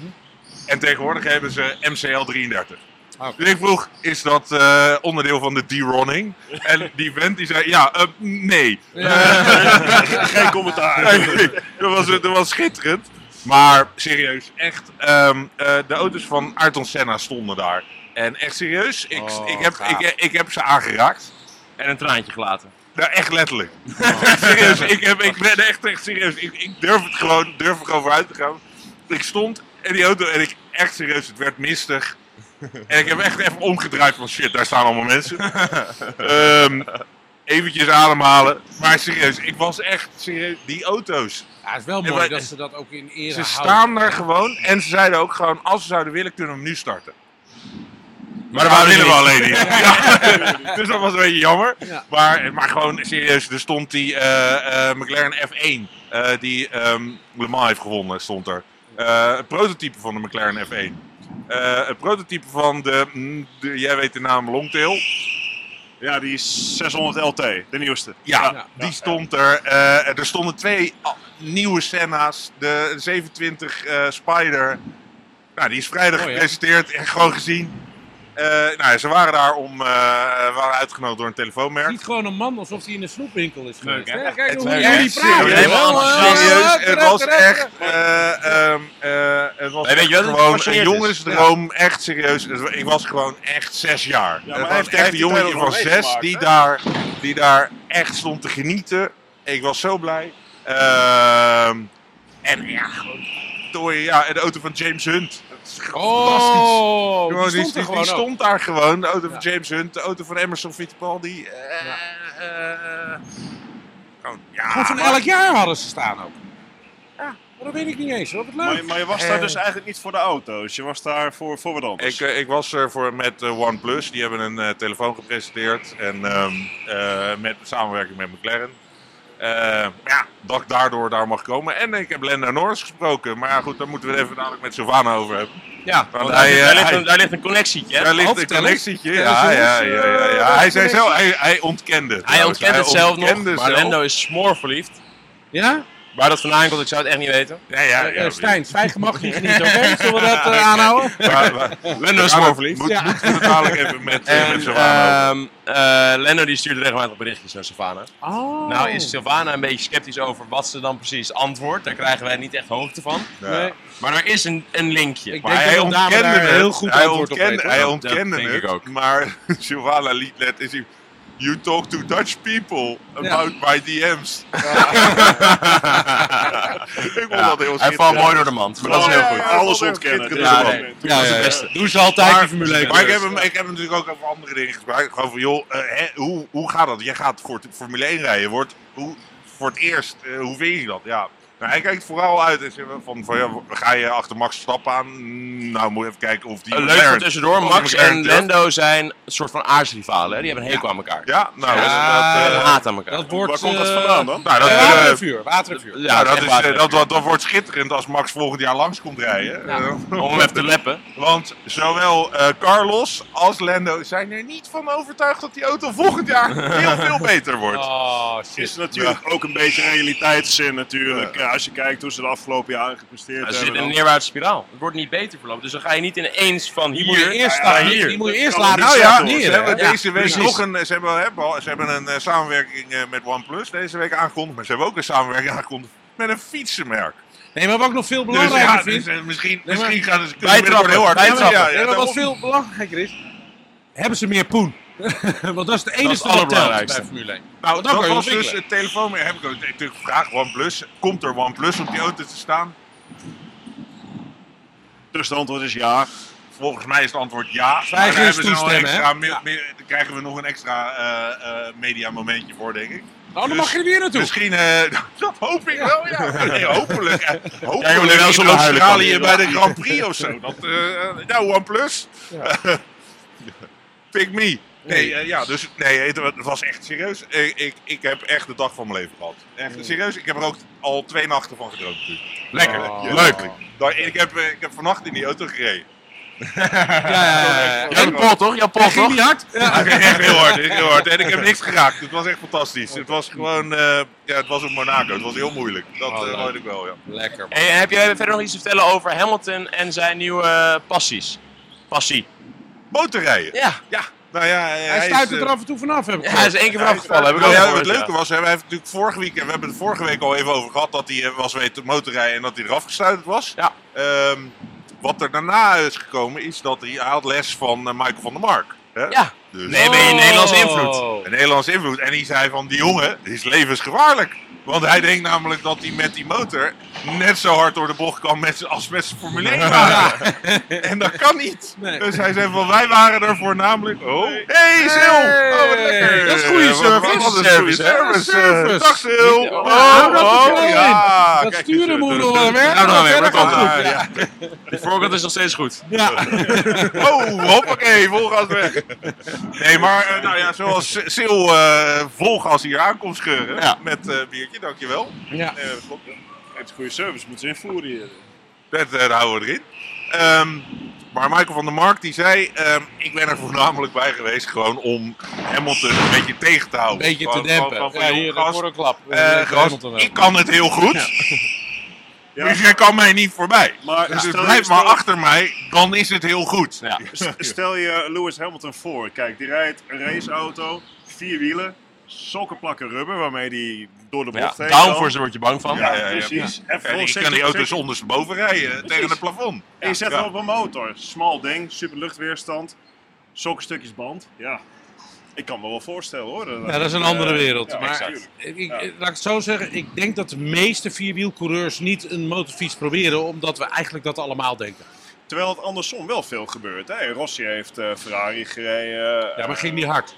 Speaker 6: En tegenwoordig hebben ze MCL33.
Speaker 2: Oké.
Speaker 6: Dus ik vroeg, is dat eh, onderdeel van de D-Ronning? En die vent die zei, ja, eh, nee.
Speaker 7: geen commentaar.
Speaker 6: Nee, dat, was, dat was schitterend. Maar serieus, echt. ehm, eh, de auto's van Ayrton Senna stonden daar. En echt serieus, ik,
Speaker 2: Oh,
Speaker 6: ik, heb,
Speaker 2: gaaf.
Speaker 6: ik, ik heb ze aangeraakt.
Speaker 1: En een traantje gelaten.
Speaker 6: Nou, echt letterlijk.
Speaker 2: Oh.
Speaker 6: Echt serieus, ik, heb, ik ben echt, echt serieus. Ik, ik durf het gewoon, durf er gewoon voor uit te gaan. Ik stond in die auto en ik, echt serieus, het werd mistig. En ik heb echt even omgedraaid van shit, daar staan allemaal mensen. Ehm, eventjes ademhalen. Maar serieus, ik was echt serieus. Die auto's,
Speaker 2: Ja, het is wel
Speaker 6: Ja,
Speaker 2: mooi
Speaker 6: maar-
Speaker 2: dat ze dat ook in ere
Speaker 6: ze
Speaker 2: houden.
Speaker 6: staan daar gewoon en ze zeiden ook gewoon, als ze zouden willen, kunnen we hem nu starten. Maar dat
Speaker 1: wouden
Speaker 6: willen we
Speaker 1: ze
Speaker 6: alleen niet. Ja. Dus dat was een beetje jammer.
Speaker 2: Ja.
Speaker 6: Maar, maar gewoon serieus, er stond die eh, eh, McLaren F1, eh, die ehm, Le Mans heeft gewonnen, stond er. Eh, een prototype van de McLaren F1. Eh, een prototype van de, mm, de- jij weet de naam, Longtail.
Speaker 7: Ja, die is 600 LT, de nieuwste.
Speaker 6: Ja,
Speaker 2: Ja.
Speaker 6: die stond er. Eh, er stonden twee a- nieuwe Senna's. De 27 eh, Spider. Nou, die is vrijdag
Speaker 2: Mooi, hè?
Speaker 6: gepresenteerd en gewoon gezien. Eh, nou, ja, ze waren daar om, eh, waren uitgenodigd door een telefoonmerk.
Speaker 5: Ziet gewoon een man alsof hij in een snoepwinkel is geweest.
Speaker 2: hè?
Speaker 5: hè? Kijk
Speaker 6: Het
Speaker 5: hoe
Speaker 6: is
Speaker 5: jullie
Speaker 6: echt
Speaker 5: praten.
Speaker 6: serieus.
Speaker 5: hè?
Speaker 4: Helemaal
Speaker 5: Ja,
Speaker 4: enthousiast.
Speaker 5: ja,
Speaker 6: Serieus, het
Speaker 5: terecht,
Speaker 6: was
Speaker 5: terecht,
Speaker 6: echt
Speaker 5: terecht.
Speaker 6: eh, ehm, eh, het was
Speaker 1: Nee, weet je wat het
Speaker 6: gewoon een
Speaker 1: gepasseerd is?
Speaker 6: jongensdroom. Echt serieus. Het- Ik was gewoon echt zes jaar.
Speaker 7: maar hij
Speaker 6: Het was
Speaker 7: heeft- hij
Speaker 6: echt
Speaker 7: heeft
Speaker 6: een
Speaker 7: die
Speaker 6: jongetje
Speaker 7: trailer
Speaker 6: van
Speaker 7: nog meegemaakt,
Speaker 6: zes die
Speaker 7: hè?
Speaker 6: daar, die daar echt stond te genieten. Ik was zo blij. Ehm, en ja, gewoon tooi, ja, en de auto van James Hunt. Dat is fantastisch.
Speaker 2: Oh,
Speaker 6: Gewoon,
Speaker 2: die stond er gewoon
Speaker 6: die
Speaker 2: ook.
Speaker 6: stond daar gewoon. De auto van
Speaker 2: Ja.
Speaker 6: James Hunt, de auto van Emerson Fittipaldi. eh, eh, gewoon, ja,
Speaker 2: Goed van
Speaker 6: maar-
Speaker 2: elk jaar hadden ze staan ook. Ja, maar dat weet ik niet eens. hoor. Wat
Speaker 7: Maar,
Speaker 2: leuk.
Speaker 7: maar je was
Speaker 1: Eh.
Speaker 7: daar dus eigenlijk niet voor de auto's. Je was daar voor, voor wat anders.
Speaker 6: Ik, eh, ik was er voor met eh, OnePlus. Die hebben een eh, telefoon gepresenteerd. En ehm, eh, met samenwerking met McLaren. Eh, ja, dat ik daardoor daar mag komen. En ik heb Lando Norris gesproken. Maar ja, goed, daar moeten we het even dadelijk met Sylvana over hebben.
Speaker 2: Ja,
Speaker 6: Want
Speaker 1: daar,
Speaker 6: hij, eh,
Speaker 1: daar ligt
Speaker 6: hij-
Speaker 1: een, daar ligt een connectietje, hè?
Speaker 6: daar ligt een
Speaker 2: hoofdtalent.
Speaker 6: connectietje. Ja,
Speaker 2: Ja,
Speaker 6: ja,
Speaker 2: dus,
Speaker 6: ja,
Speaker 2: eh,
Speaker 6: ja, ja.
Speaker 2: daar
Speaker 6: Hij
Speaker 2: is
Speaker 6: zei
Speaker 2: een
Speaker 6: zelf, hij, hij ontkende. het
Speaker 1: Hij
Speaker 6: trouwens.
Speaker 1: ontkent het zelf nog,
Speaker 6: ontkende
Speaker 1: maar
Speaker 6: zelf.
Speaker 1: Lendo is smoorverliefd.
Speaker 2: ja?
Speaker 1: Waar dat vandaan komt, ik zou het echt niet weten.
Speaker 6: Ja, ja,
Speaker 2: Eh,
Speaker 6: ja.
Speaker 2: eh, Stijn, zwijgen mag niet genieten, oké? Zullen we dat eh, aanhouden?
Speaker 6: Maar- maar-
Speaker 1: Lendo is
Speaker 6: Ja, maar
Speaker 1: smoorverliefd.
Speaker 6: moet-
Speaker 2: Ja.
Speaker 6: Moeten we het dadelijk even met, eh, met
Speaker 1: En
Speaker 6: Sylvana over.
Speaker 1: ehm eh, Lendo die stuurt regelmatig berichtjes naar Savannah.
Speaker 2: Oh.
Speaker 1: Nou is Sylvana een beetje sceptisch over wat ze dan precies antwoordt. Daar krijgen wij niet echt hoogte van.
Speaker 6: Ja.
Speaker 2: Nee.
Speaker 1: Maar er is een, een linkje.
Speaker 2: Ik
Speaker 6: Maar
Speaker 2: denk
Speaker 6: hij
Speaker 2: dat een dame
Speaker 6: ontkende
Speaker 2: daar
Speaker 6: het.
Speaker 2: heel goed
Speaker 6: hij
Speaker 2: antwoord op
Speaker 6: ontkende,
Speaker 2: weet, hoor.
Speaker 6: Hij
Speaker 1: Dat-
Speaker 6: ontkende
Speaker 1: dat denk
Speaker 6: het,
Speaker 1: ik ook.
Speaker 6: maar Giovanna liet let is... You talk to Dutch people about my DM's. ik vond dat heel
Speaker 1: eh, Hij valt mooi door de mand. Maar dat is heel
Speaker 7: Gewoon
Speaker 1: goed.
Speaker 7: Alles
Speaker 6: Ja,
Speaker 7: ontkennen.
Speaker 6: nee.
Speaker 7: dit is
Speaker 1: Ja,
Speaker 7: wel-
Speaker 1: nee. dat is het beste. Doen ze altijd
Speaker 6: Maar,
Speaker 1: die Formule 1.
Speaker 6: maar ik, heb hem, ik heb hem natuurlijk ook over andere dingen gesproken. Gewoon van, joh, eh, hè, hoe, hoe gaat dat? Jij gaat voor het Formule 1 rijden. Wordt, hoe, voor het eerst, eh, hoe vind je dat? Ja, Nou, hij kijkt vooral uit en zegt van, van ja, ga je achter Max Verstappen aan? Nou, moet je even kijken of die...
Speaker 1: Leuk
Speaker 6: McLaren-
Speaker 1: voor tussendoor,
Speaker 6: of
Speaker 1: Max
Speaker 6: McLaren
Speaker 1: en
Speaker 6: telt.
Speaker 1: Lando zijn een soort van aarsrivalen. hè? Die hebben een hekel aan elkaar.
Speaker 6: Ja, nou,
Speaker 2: Ja,
Speaker 6: dat,
Speaker 1: Ze
Speaker 6: eh,
Speaker 1: haat aan elkaar.
Speaker 2: Dat wordt...
Speaker 6: waar komt dat
Speaker 2: eh,
Speaker 6: vandaan dan? Nou, dat,
Speaker 2: eh,
Speaker 6: eh,
Speaker 2: watervuur, watervuur.
Speaker 1: Ja,
Speaker 6: nou, dat,
Speaker 1: echt
Speaker 6: is,
Speaker 1: waar.
Speaker 6: eh, dat, dat, dat wordt schitterend als Max volgend jaar langs komt rijden. Eh,
Speaker 1: Om hem even te leppen.
Speaker 6: Want zowel eh, Carlos als Lando zijn er niet van overtuigd dat die auto volgend jaar heel veel beter wordt.
Speaker 2: Oh, shit.
Speaker 7: is natuurlijk ook een beetje realiteitszin natuurlijk. Ja, als je kijkt hoe ze de afgelopen jaren gepresteerd
Speaker 1: Ze
Speaker 7: hebben.
Speaker 1: zitten in een
Speaker 7: dan-
Speaker 1: neerwaartse spiraal. Het wordt niet beter verlopen. Dus dan ga je niet ineens van
Speaker 2: Die moet je
Speaker 1: hier...
Speaker 2: eerst,
Speaker 7: Ja, ja,
Speaker 2: laten-
Speaker 7: hier.
Speaker 2: die moet je eerst
Speaker 7: kan
Speaker 2: laten
Speaker 7: niet
Speaker 6: Nou ja,
Speaker 7: zeggen, hoor.
Speaker 2: stagneren.
Speaker 6: ze hebben
Speaker 1: Ja,
Speaker 6: deze week
Speaker 2: precies.
Speaker 6: nog een, ze hebben, hè, bal- ze hebben een eh, samenwerking eh, met OnePlus deze week aangekondigd, maar ze hebben ook een samenwerking aangekondigd met een fietsenmerk.
Speaker 2: Nee, maar wat ik nog veel
Speaker 6: Dus
Speaker 2: belangrijker
Speaker 6: ja,
Speaker 2: vind...
Speaker 6: dus, eh, misschien,
Speaker 2: Nee, maar-
Speaker 6: misschien gaan ze kunnen
Speaker 1: Bijtrappen,
Speaker 6: binnenkort heel hard
Speaker 1: bijtrappen.
Speaker 6: fietsen. Ja,
Speaker 2: Nee,
Speaker 6: ja,
Speaker 2: maar wat
Speaker 6: daarom.
Speaker 2: veel belangrijker is... Hebben ze meer poen? Want dat is het
Speaker 1: het
Speaker 2: enige wat telt bij
Speaker 1: allerbelangrijkste.
Speaker 2: Formule 1.
Speaker 6: Nou,
Speaker 2: dan
Speaker 6: dat
Speaker 2: kan je
Speaker 6: was dus
Speaker 2: ontwikkelen.
Speaker 6: het telefoonmerk. Heb ik ook natuurlijk gevraagd, OnePlus, komt er OnePlus op die auto te staan?
Speaker 7: Dus het antwoord is ja.
Speaker 6: Volgens mij is het antwoord ja.
Speaker 2: Wij
Speaker 6: Maar daar
Speaker 2: geen
Speaker 6: hebben ze nog een
Speaker 2: toestemmen, hè?
Speaker 6: extra me- me- Daar krijgen we nog een extra eh, eh, media momentje voor, denk ik.
Speaker 2: Nou, dan
Speaker 6: Dus-
Speaker 2: mag je er weer naartoe.
Speaker 6: Misschien, eh, dat hoop ik wel, ja. Nee, hopelijk. eh,
Speaker 1: Kijk, we
Speaker 6: Hopelijk
Speaker 1: er wel zo
Speaker 6: in
Speaker 1: om huilen kan
Speaker 6: Australië
Speaker 1: hier,
Speaker 6: bij
Speaker 1: hoor.
Speaker 6: de Grand Prix of zo. Dat, eh, eh, nou, OnePlus. Pick me. Nee, eh, ja, dus, nee, het wa- het was echt serieus. Eh, Ik, ik heb echt de dag van mijn leven gehad. Echt serieus. Ik heb er ook al twee nachten van gedroomd. nu.
Speaker 2: Lekker.
Speaker 6: Ja. Leuk. Nou, Ik heb, eh, ik heb vannacht in die auto gereden.
Speaker 2: Ja, ja, ja, ja.
Speaker 1: Jouw Paul toch? Jouw Paul
Speaker 2: Ging
Speaker 1: toch?
Speaker 2: niet hard?
Speaker 6: Ja, ik ging echt heel hard, heel hard. En ik heb niks geraakt. Het was echt fantastisch. Het was gewoon, eh, ja, het was een Monaco. Het was heel moeilijk. Dat
Speaker 2: Oh,
Speaker 6: eh,
Speaker 2: leuk.
Speaker 6: hoorde ik wel, ja.
Speaker 2: Lekker.
Speaker 1: Hey, heb jij verder nog iets te vertellen over Hamilton en zijn nieuwe eh, passies? Passie.
Speaker 6: Motorrijden.
Speaker 1: Ja.
Speaker 6: Ja. Nou ja,
Speaker 2: Hij stuit er af en toe vanaf, heb ik
Speaker 1: Ja, hij is één keer vanaf gevallen. Heb ik ook
Speaker 6: Nou ja,
Speaker 1: gehoord,
Speaker 6: het
Speaker 1: ja.
Speaker 6: leuke was, hè, wij hebben natuurlijk vorige week, en we hebben het vorige week al even over gehad, dat hij eh, was weten motorrijden en dat hij eraf gestuurd was.
Speaker 1: Ja.
Speaker 6: Ehm, wat er daarna is gekomen, is dat hij, hij had les van eh, Michael van der Mark. Hè?
Speaker 1: Ja. Oh.
Speaker 6: Dus,
Speaker 1: Nee, ben je Nederlands invloed.
Speaker 6: Een Nederlands invloed. En die zei van, die jongen is levensgevaarlijk. Want hij denkt namelijk dat hij met die motor net zo hard door de bocht kan met, z'n- als met zijn Formule 1 wagen. En dat kan niet.
Speaker 2: Nee.
Speaker 6: Dus hij zei van, wij waren er voornamelijk... Oh, hey Sil! Oh, wat lekker!
Speaker 2: Dat is goede
Speaker 6: Eh, wat- wat-
Speaker 2: service.
Speaker 6: Wat een goede
Speaker 1: Service, hè?
Speaker 6: service.
Speaker 2: Service.
Speaker 6: Eh, Dag Sil!
Speaker 1: Niet-
Speaker 6: Oh,
Speaker 2: hou dat
Speaker 6: oh,
Speaker 2: vertrouwen in.
Speaker 6: ja!
Speaker 2: Dat
Speaker 6: Kijk,
Speaker 2: sturen
Speaker 6: dus,
Speaker 2: moeten we
Speaker 6: dus,
Speaker 2: nog wel
Speaker 6: dus,
Speaker 2: werken,
Speaker 6: nou, nou,
Speaker 2: maar
Speaker 6: werkt
Speaker 2: verder
Speaker 6: al
Speaker 2: gaat
Speaker 6: goed.
Speaker 2: het.
Speaker 6: Ja.
Speaker 1: Die voorkant is nog steeds goed.
Speaker 2: Ja.
Speaker 6: Oh, hoppakee, vol gas weg. Nee, maar eh, nou ja, zoals Sil eh vol gas hier aankomt scheuren
Speaker 1: Ja.
Speaker 6: met eh biertje, dankjewel. Eh,
Speaker 2: Ja.
Speaker 6: Nee, dat klopt.
Speaker 7: Het goede service moeten ze invoeren hier.
Speaker 6: Dat eh, daar houden we erin. Ehm, maar Michael van der Mark die zei, ehm, ik ben er voornamelijk bij geweest gewoon om Hamilton een beetje tegen te houden.
Speaker 2: Een beetje te
Speaker 6: Gewoon van-
Speaker 2: dempen.
Speaker 6: van- van,
Speaker 2: Ja,
Speaker 6: joh,
Speaker 2: hier, dat
Speaker 6: gast,
Speaker 2: wordt een klap.
Speaker 6: eh, gast, ik kan het heel goed,
Speaker 7: Ja.
Speaker 6: dus jij kan mij niet voorbij.
Speaker 7: Maar
Speaker 6: Dus
Speaker 7: stel,
Speaker 6: blijf
Speaker 7: stel-
Speaker 6: maar achter mij, dan is het heel goed.
Speaker 1: Ja.
Speaker 7: Stel je Lewis Hamilton voor. Kijk, die rijdt een raceauto, vier wielen, sokken plakken rubber, waarmee die door de
Speaker 1: Ja,
Speaker 7: bocht heen kan.
Speaker 1: downforce word je bang van.
Speaker 7: Ja,
Speaker 6: Ja, ja, ja.
Speaker 7: precies. En
Speaker 6: En
Speaker 7: vervolgens
Speaker 6: ik
Speaker 7: zet
Speaker 6: kan die
Speaker 7: je-
Speaker 6: auto's ondersteboven rijden, tegen het plafond.
Speaker 7: En je zet
Speaker 6: Ja.
Speaker 7: hem op een motor. Smal ding, super luchtweerstand, stukjes band. Ja, ik kan me wel voorstellen hoor.
Speaker 2: Ja, dat is een andere
Speaker 7: Eh,
Speaker 2: wereld.
Speaker 7: ja,
Speaker 2: maar
Speaker 7: exact.
Speaker 2: ik, ik-
Speaker 7: Ja.
Speaker 2: laat ik het zo zeggen, ik denk dat de meeste vierwielcoureurs niet een motorfiets proberen, omdat we eigenlijk dat allemaal denken.
Speaker 7: Terwijl het andersom wel veel gebeurt. Hè? Rossi heeft eh, Ferrari gereden.
Speaker 2: Ja, maar
Speaker 7: eh,
Speaker 2: ging niet hard.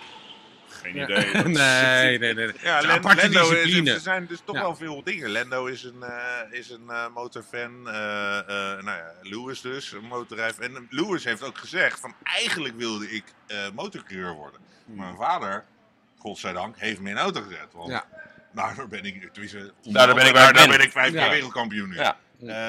Speaker 7: Geen idee.
Speaker 2: nee, nee, nee. nee.
Speaker 6: Ja,
Speaker 2: Ja,
Speaker 6: Len-
Speaker 2: aparte
Speaker 6: Lendo is,
Speaker 2: discipline.
Speaker 6: er zijn dus toch
Speaker 2: Ja.
Speaker 6: wel veel dingen. Lendo is een, eh, is een eh, motorfan. eh, eh, nou ja, Lewis dus, een motorrijf. En Lewis heeft ook gezegd van eigenlijk wilde ik eh motorcoureur worden.
Speaker 2: Hmm.
Speaker 6: Maar Mijn vader, godzijdank, heeft me in auto gezet. Want
Speaker 2: Ja.
Speaker 6: daardoor ben ik, tenminste,
Speaker 1: Daardoor ben ik waar ik
Speaker 6: daar
Speaker 1: ben.
Speaker 6: ben ik vijf keer
Speaker 2: Ja.
Speaker 6: wereldkampioen nu.
Speaker 1: Ja.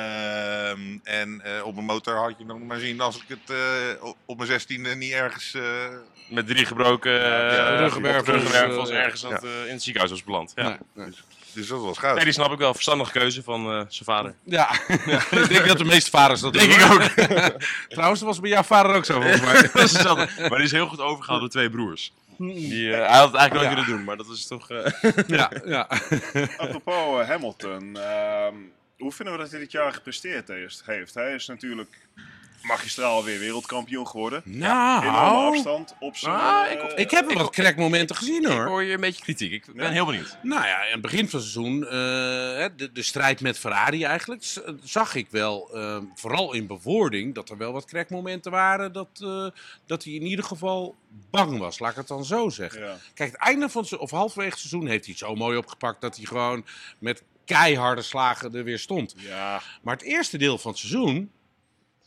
Speaker 6: Ehm, en eh, op een motor had je nog maar zien als ik het eh, op- op mijn zestiende niet ergens... eh,
Speaker 1: Met drie gebroken
Speaker 6: Ja,
Speaker 1: uh,
Speaker 2: ruggenwervels,
Speaker 1: ruggenwervels
Speaker 2: eh,
Speaker 1: ergens aan het, eh, in het ziekenhuis was beland. Ja.
Speaker 2: Nee, nee.
Speaker 6: dus dat was goud.
Speaker 1: Nee, die snap ik wel. Verstandige keuze van eh, zijn vader.
Speaker 2: Ja, ik denk dat de meeste vaders dat
Speaker 1: Denk
Speaker 2: doen.
Speaker 1: ik
Speaker 2: hoor.
Speaker 1: ook.
Speaker 2: Trouwens, dat was bij jouw vader ook zo volgens mij.
Speaker 1: Dat is hetzelfde. Maar die is heel goed overgehaald door twee broers. Die, eh, hij had het eigenlijk nooit
Speaker 2: Ja.
Speaker 1: willen doen, maar dat is toch... eh,
Speaker 2: Ja, ja.
Speaker 7: Apropos eh, Hamilton. ehm, hoe vinden we dat hij dit jaar gepresteerd heeft- heeft? Hij is natuurlijk magistraal weer wereldkampioen geworden. In alle
Speaker 2: Nou,
Speaker 7: afstand. Op zijn,
Speaker 1: Ah, ik-
Speaker 7: eh,
Speaker 2: ik heb wel wat crackmomenten gezien
Speaker 1: Ik
Speaker 2: hoor.
Speaker 1: hoor je een beetje kritiek. Ik ben
Speaker 7: Ja.
Speaker 1: heel benieuwd.
Speaker 2: Nou ja, aan het begin van het seizoen, eh, hè, de, de strijd met Ferrari eigenlijk, z- zag ik wel, eh, vooral in bewoording, dat er wel wat crackmomenten waren. Dat, eh, dat hij in ieder geval bang was, laat ik het dan zo zeggen.
Speaker 7: ja.
Speaker 2: Kijk, het einde van het se- of halverwege het seizoen heeft hij het zo mooi opgepakt dat hij gewoon met keiharde slagen er weer stond.
Speaker 7: Ja,
Speaker 2: Maar het eerste deel van het seizoen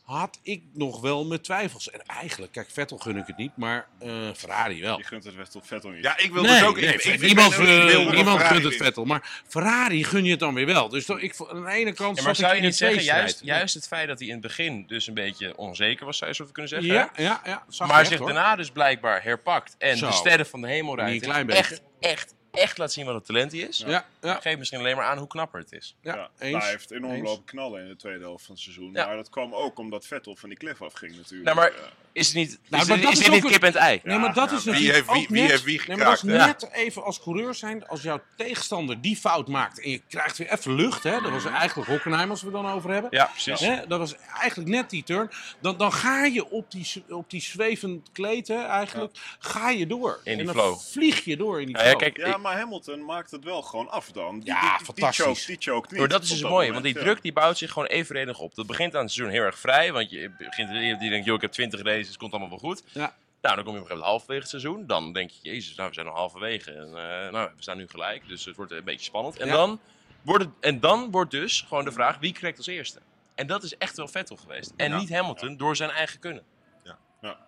Speaker 2: had ik nog wel mijn twijfels. En eigenlijk, kijk, Vettel gun ik het niet, maar eh, Ferrari wel.
Speaker 7: je gunt het best op Vettel niet.
Speaker 6: Ja, ik wil
Speaker 2: Nee,
Speaker 6: dus ook...
Speaker 2: nee,
Speaker 6: ik, ik, ik
Speaker 2: niemand
Speaker 6: ben ook- ik wil
Speaker 2: eh,
Speaker 6: nog
Speaker 2: niemand
Speaker 6: Ferrari
Speaker 2: gunt het
Speaker 6: winnen.
Speaker 2: Vettel, maar Ferrari gun je het dan weer wel. Dus toch, ik, vo- aan de ene kant
Speaker 1: Ja, maar
Speaker 2: zat
Speaker 1: zou
Speaker 2: ik
Speaker 1: je
Speaker 2: in
Speaker 1: niet
Speaker 2: een
Speaker 1: zeggen, juist,
Speaker 2: tweestrijd.
Speaker 1: juist het feit dat hij in het begin dus een beetje onzeker was, zou je zo kunnen zeggen. hè?
Speaker 2: Ja, ja, ja. zag je
Speaker 1: maar
Speaker 2: echt,
Speaker 1: zich
Speaker 2: hoor.
Speaker 1: daarna dus blijkbaar herpakt en
Speaker 2: Zo.
Speaker 1: de sterren van de hemel
Speaker 2: Niet
Speaker 1: rijdt.
Speaker 2: een klein
Speaker 1: en echt, echt, echt laat zien wat het talent hij is.
Speaker 2: Ja, ja,
Speaker 1: Geef misschien alleen maar aan hoe knapper het is.
Speaker 2: ja,
Speaker 7: Ja,
Speaker 2: eens.
Speaker 7: hij heeft enorm
Speaker 2: Eens.
Speaker 7: lopen knallen in de tweede helft van het seizoen.
Speaker 1: Ja.
Speaker 7: Maar dat kwam ook omdat Vettel van die cliff afging natuurlijk. Eh,
Speaker 1: Nou, maar
Speaker 7: Ja.
Speaker 1: is het niet,
Speaker 2: Nou,
Speaker 1: is
Speaker 2: maar
Speaker 1: dit,
Speaker 2: dat
Speaker 1: is
Speaker 2: is
Speaker 1: dit
Speaker 2: ook
Speaker 1: niet
Speaker 2: een-
Speaker 1: kip en het ei?
Speaker 2: Nee, maar dat is
Speaker 6: wie
Speaker 2: natuurlijk
Speaker 6: heeft wie-
Speaker 2: ook
Speaker 6: wie
Speaker 2: net-
Speaker 6: heeft wie
Speaker 2: nee, maar dat is
Speaker 6: gekraakt,
Speaker 2: net even als coureur zijn, als jouw tegenstander die fout maakt en je krijgt weer even lucht, hè, dat was eigenlijk Hockenheim als we het dan over hebben.
Speaker 1: Mhm. Ja, precies.
Speaker 2: Hè, dat was eigenlijk net die turn. Dan, dan ga je op die, z- op die zwevend kleed, hè, eigenlijk, ga je door.
Speaker 1: die
Speaker 2: en dan
Speaker 1: flow.
Speaker 2: vlieg je door in die
Speaker 1: Nou ja,
Speaker 2: flow.
Speaker 1: kijk,
Speaker 7: Ja,
Speaker 1: ik-
Speaker 7: maar Hamilton maakt het wel gewoon af dan. Die,
Speaker 2: Ja,
Speaker 7: die- die,
Speaker 2: fantastisch.
Speaker 7: Die choke, die choke niet.
Speaker 1: maar dat is
Speaker 7: op
Speaker 1: dus mooi,
Speaker 7: moment,
Speaker 1: want die
Speaker 7: ja.
Speaker 1: druk die bouwt zich gewoon evenredig op. Dat begint aan het seizoen heel erg vrij, want je begint je denkt, joh, ik heb 20 races, het komt allemaal wel goed.
Speaker 2: Ja.
Speaker 1: Nou, dan kom je op een gegeven moment halverwege het seizoen. Dan denk je, jezus, nou, we zijn al halverwege. En, eh, nou, we staan nu gelijk, dus het wordt een beetje spannend. En,
Speaker 2: Ja.
Speaker 1: dan, wordt het, en dan wordt dus gewoon de vraag, wie krijgt als eerste? En dat is echt wel Vettel geweest. En
Speaker 6: Ja.
Speaker 1: niet Hamilton, door zijn eigen kunnen.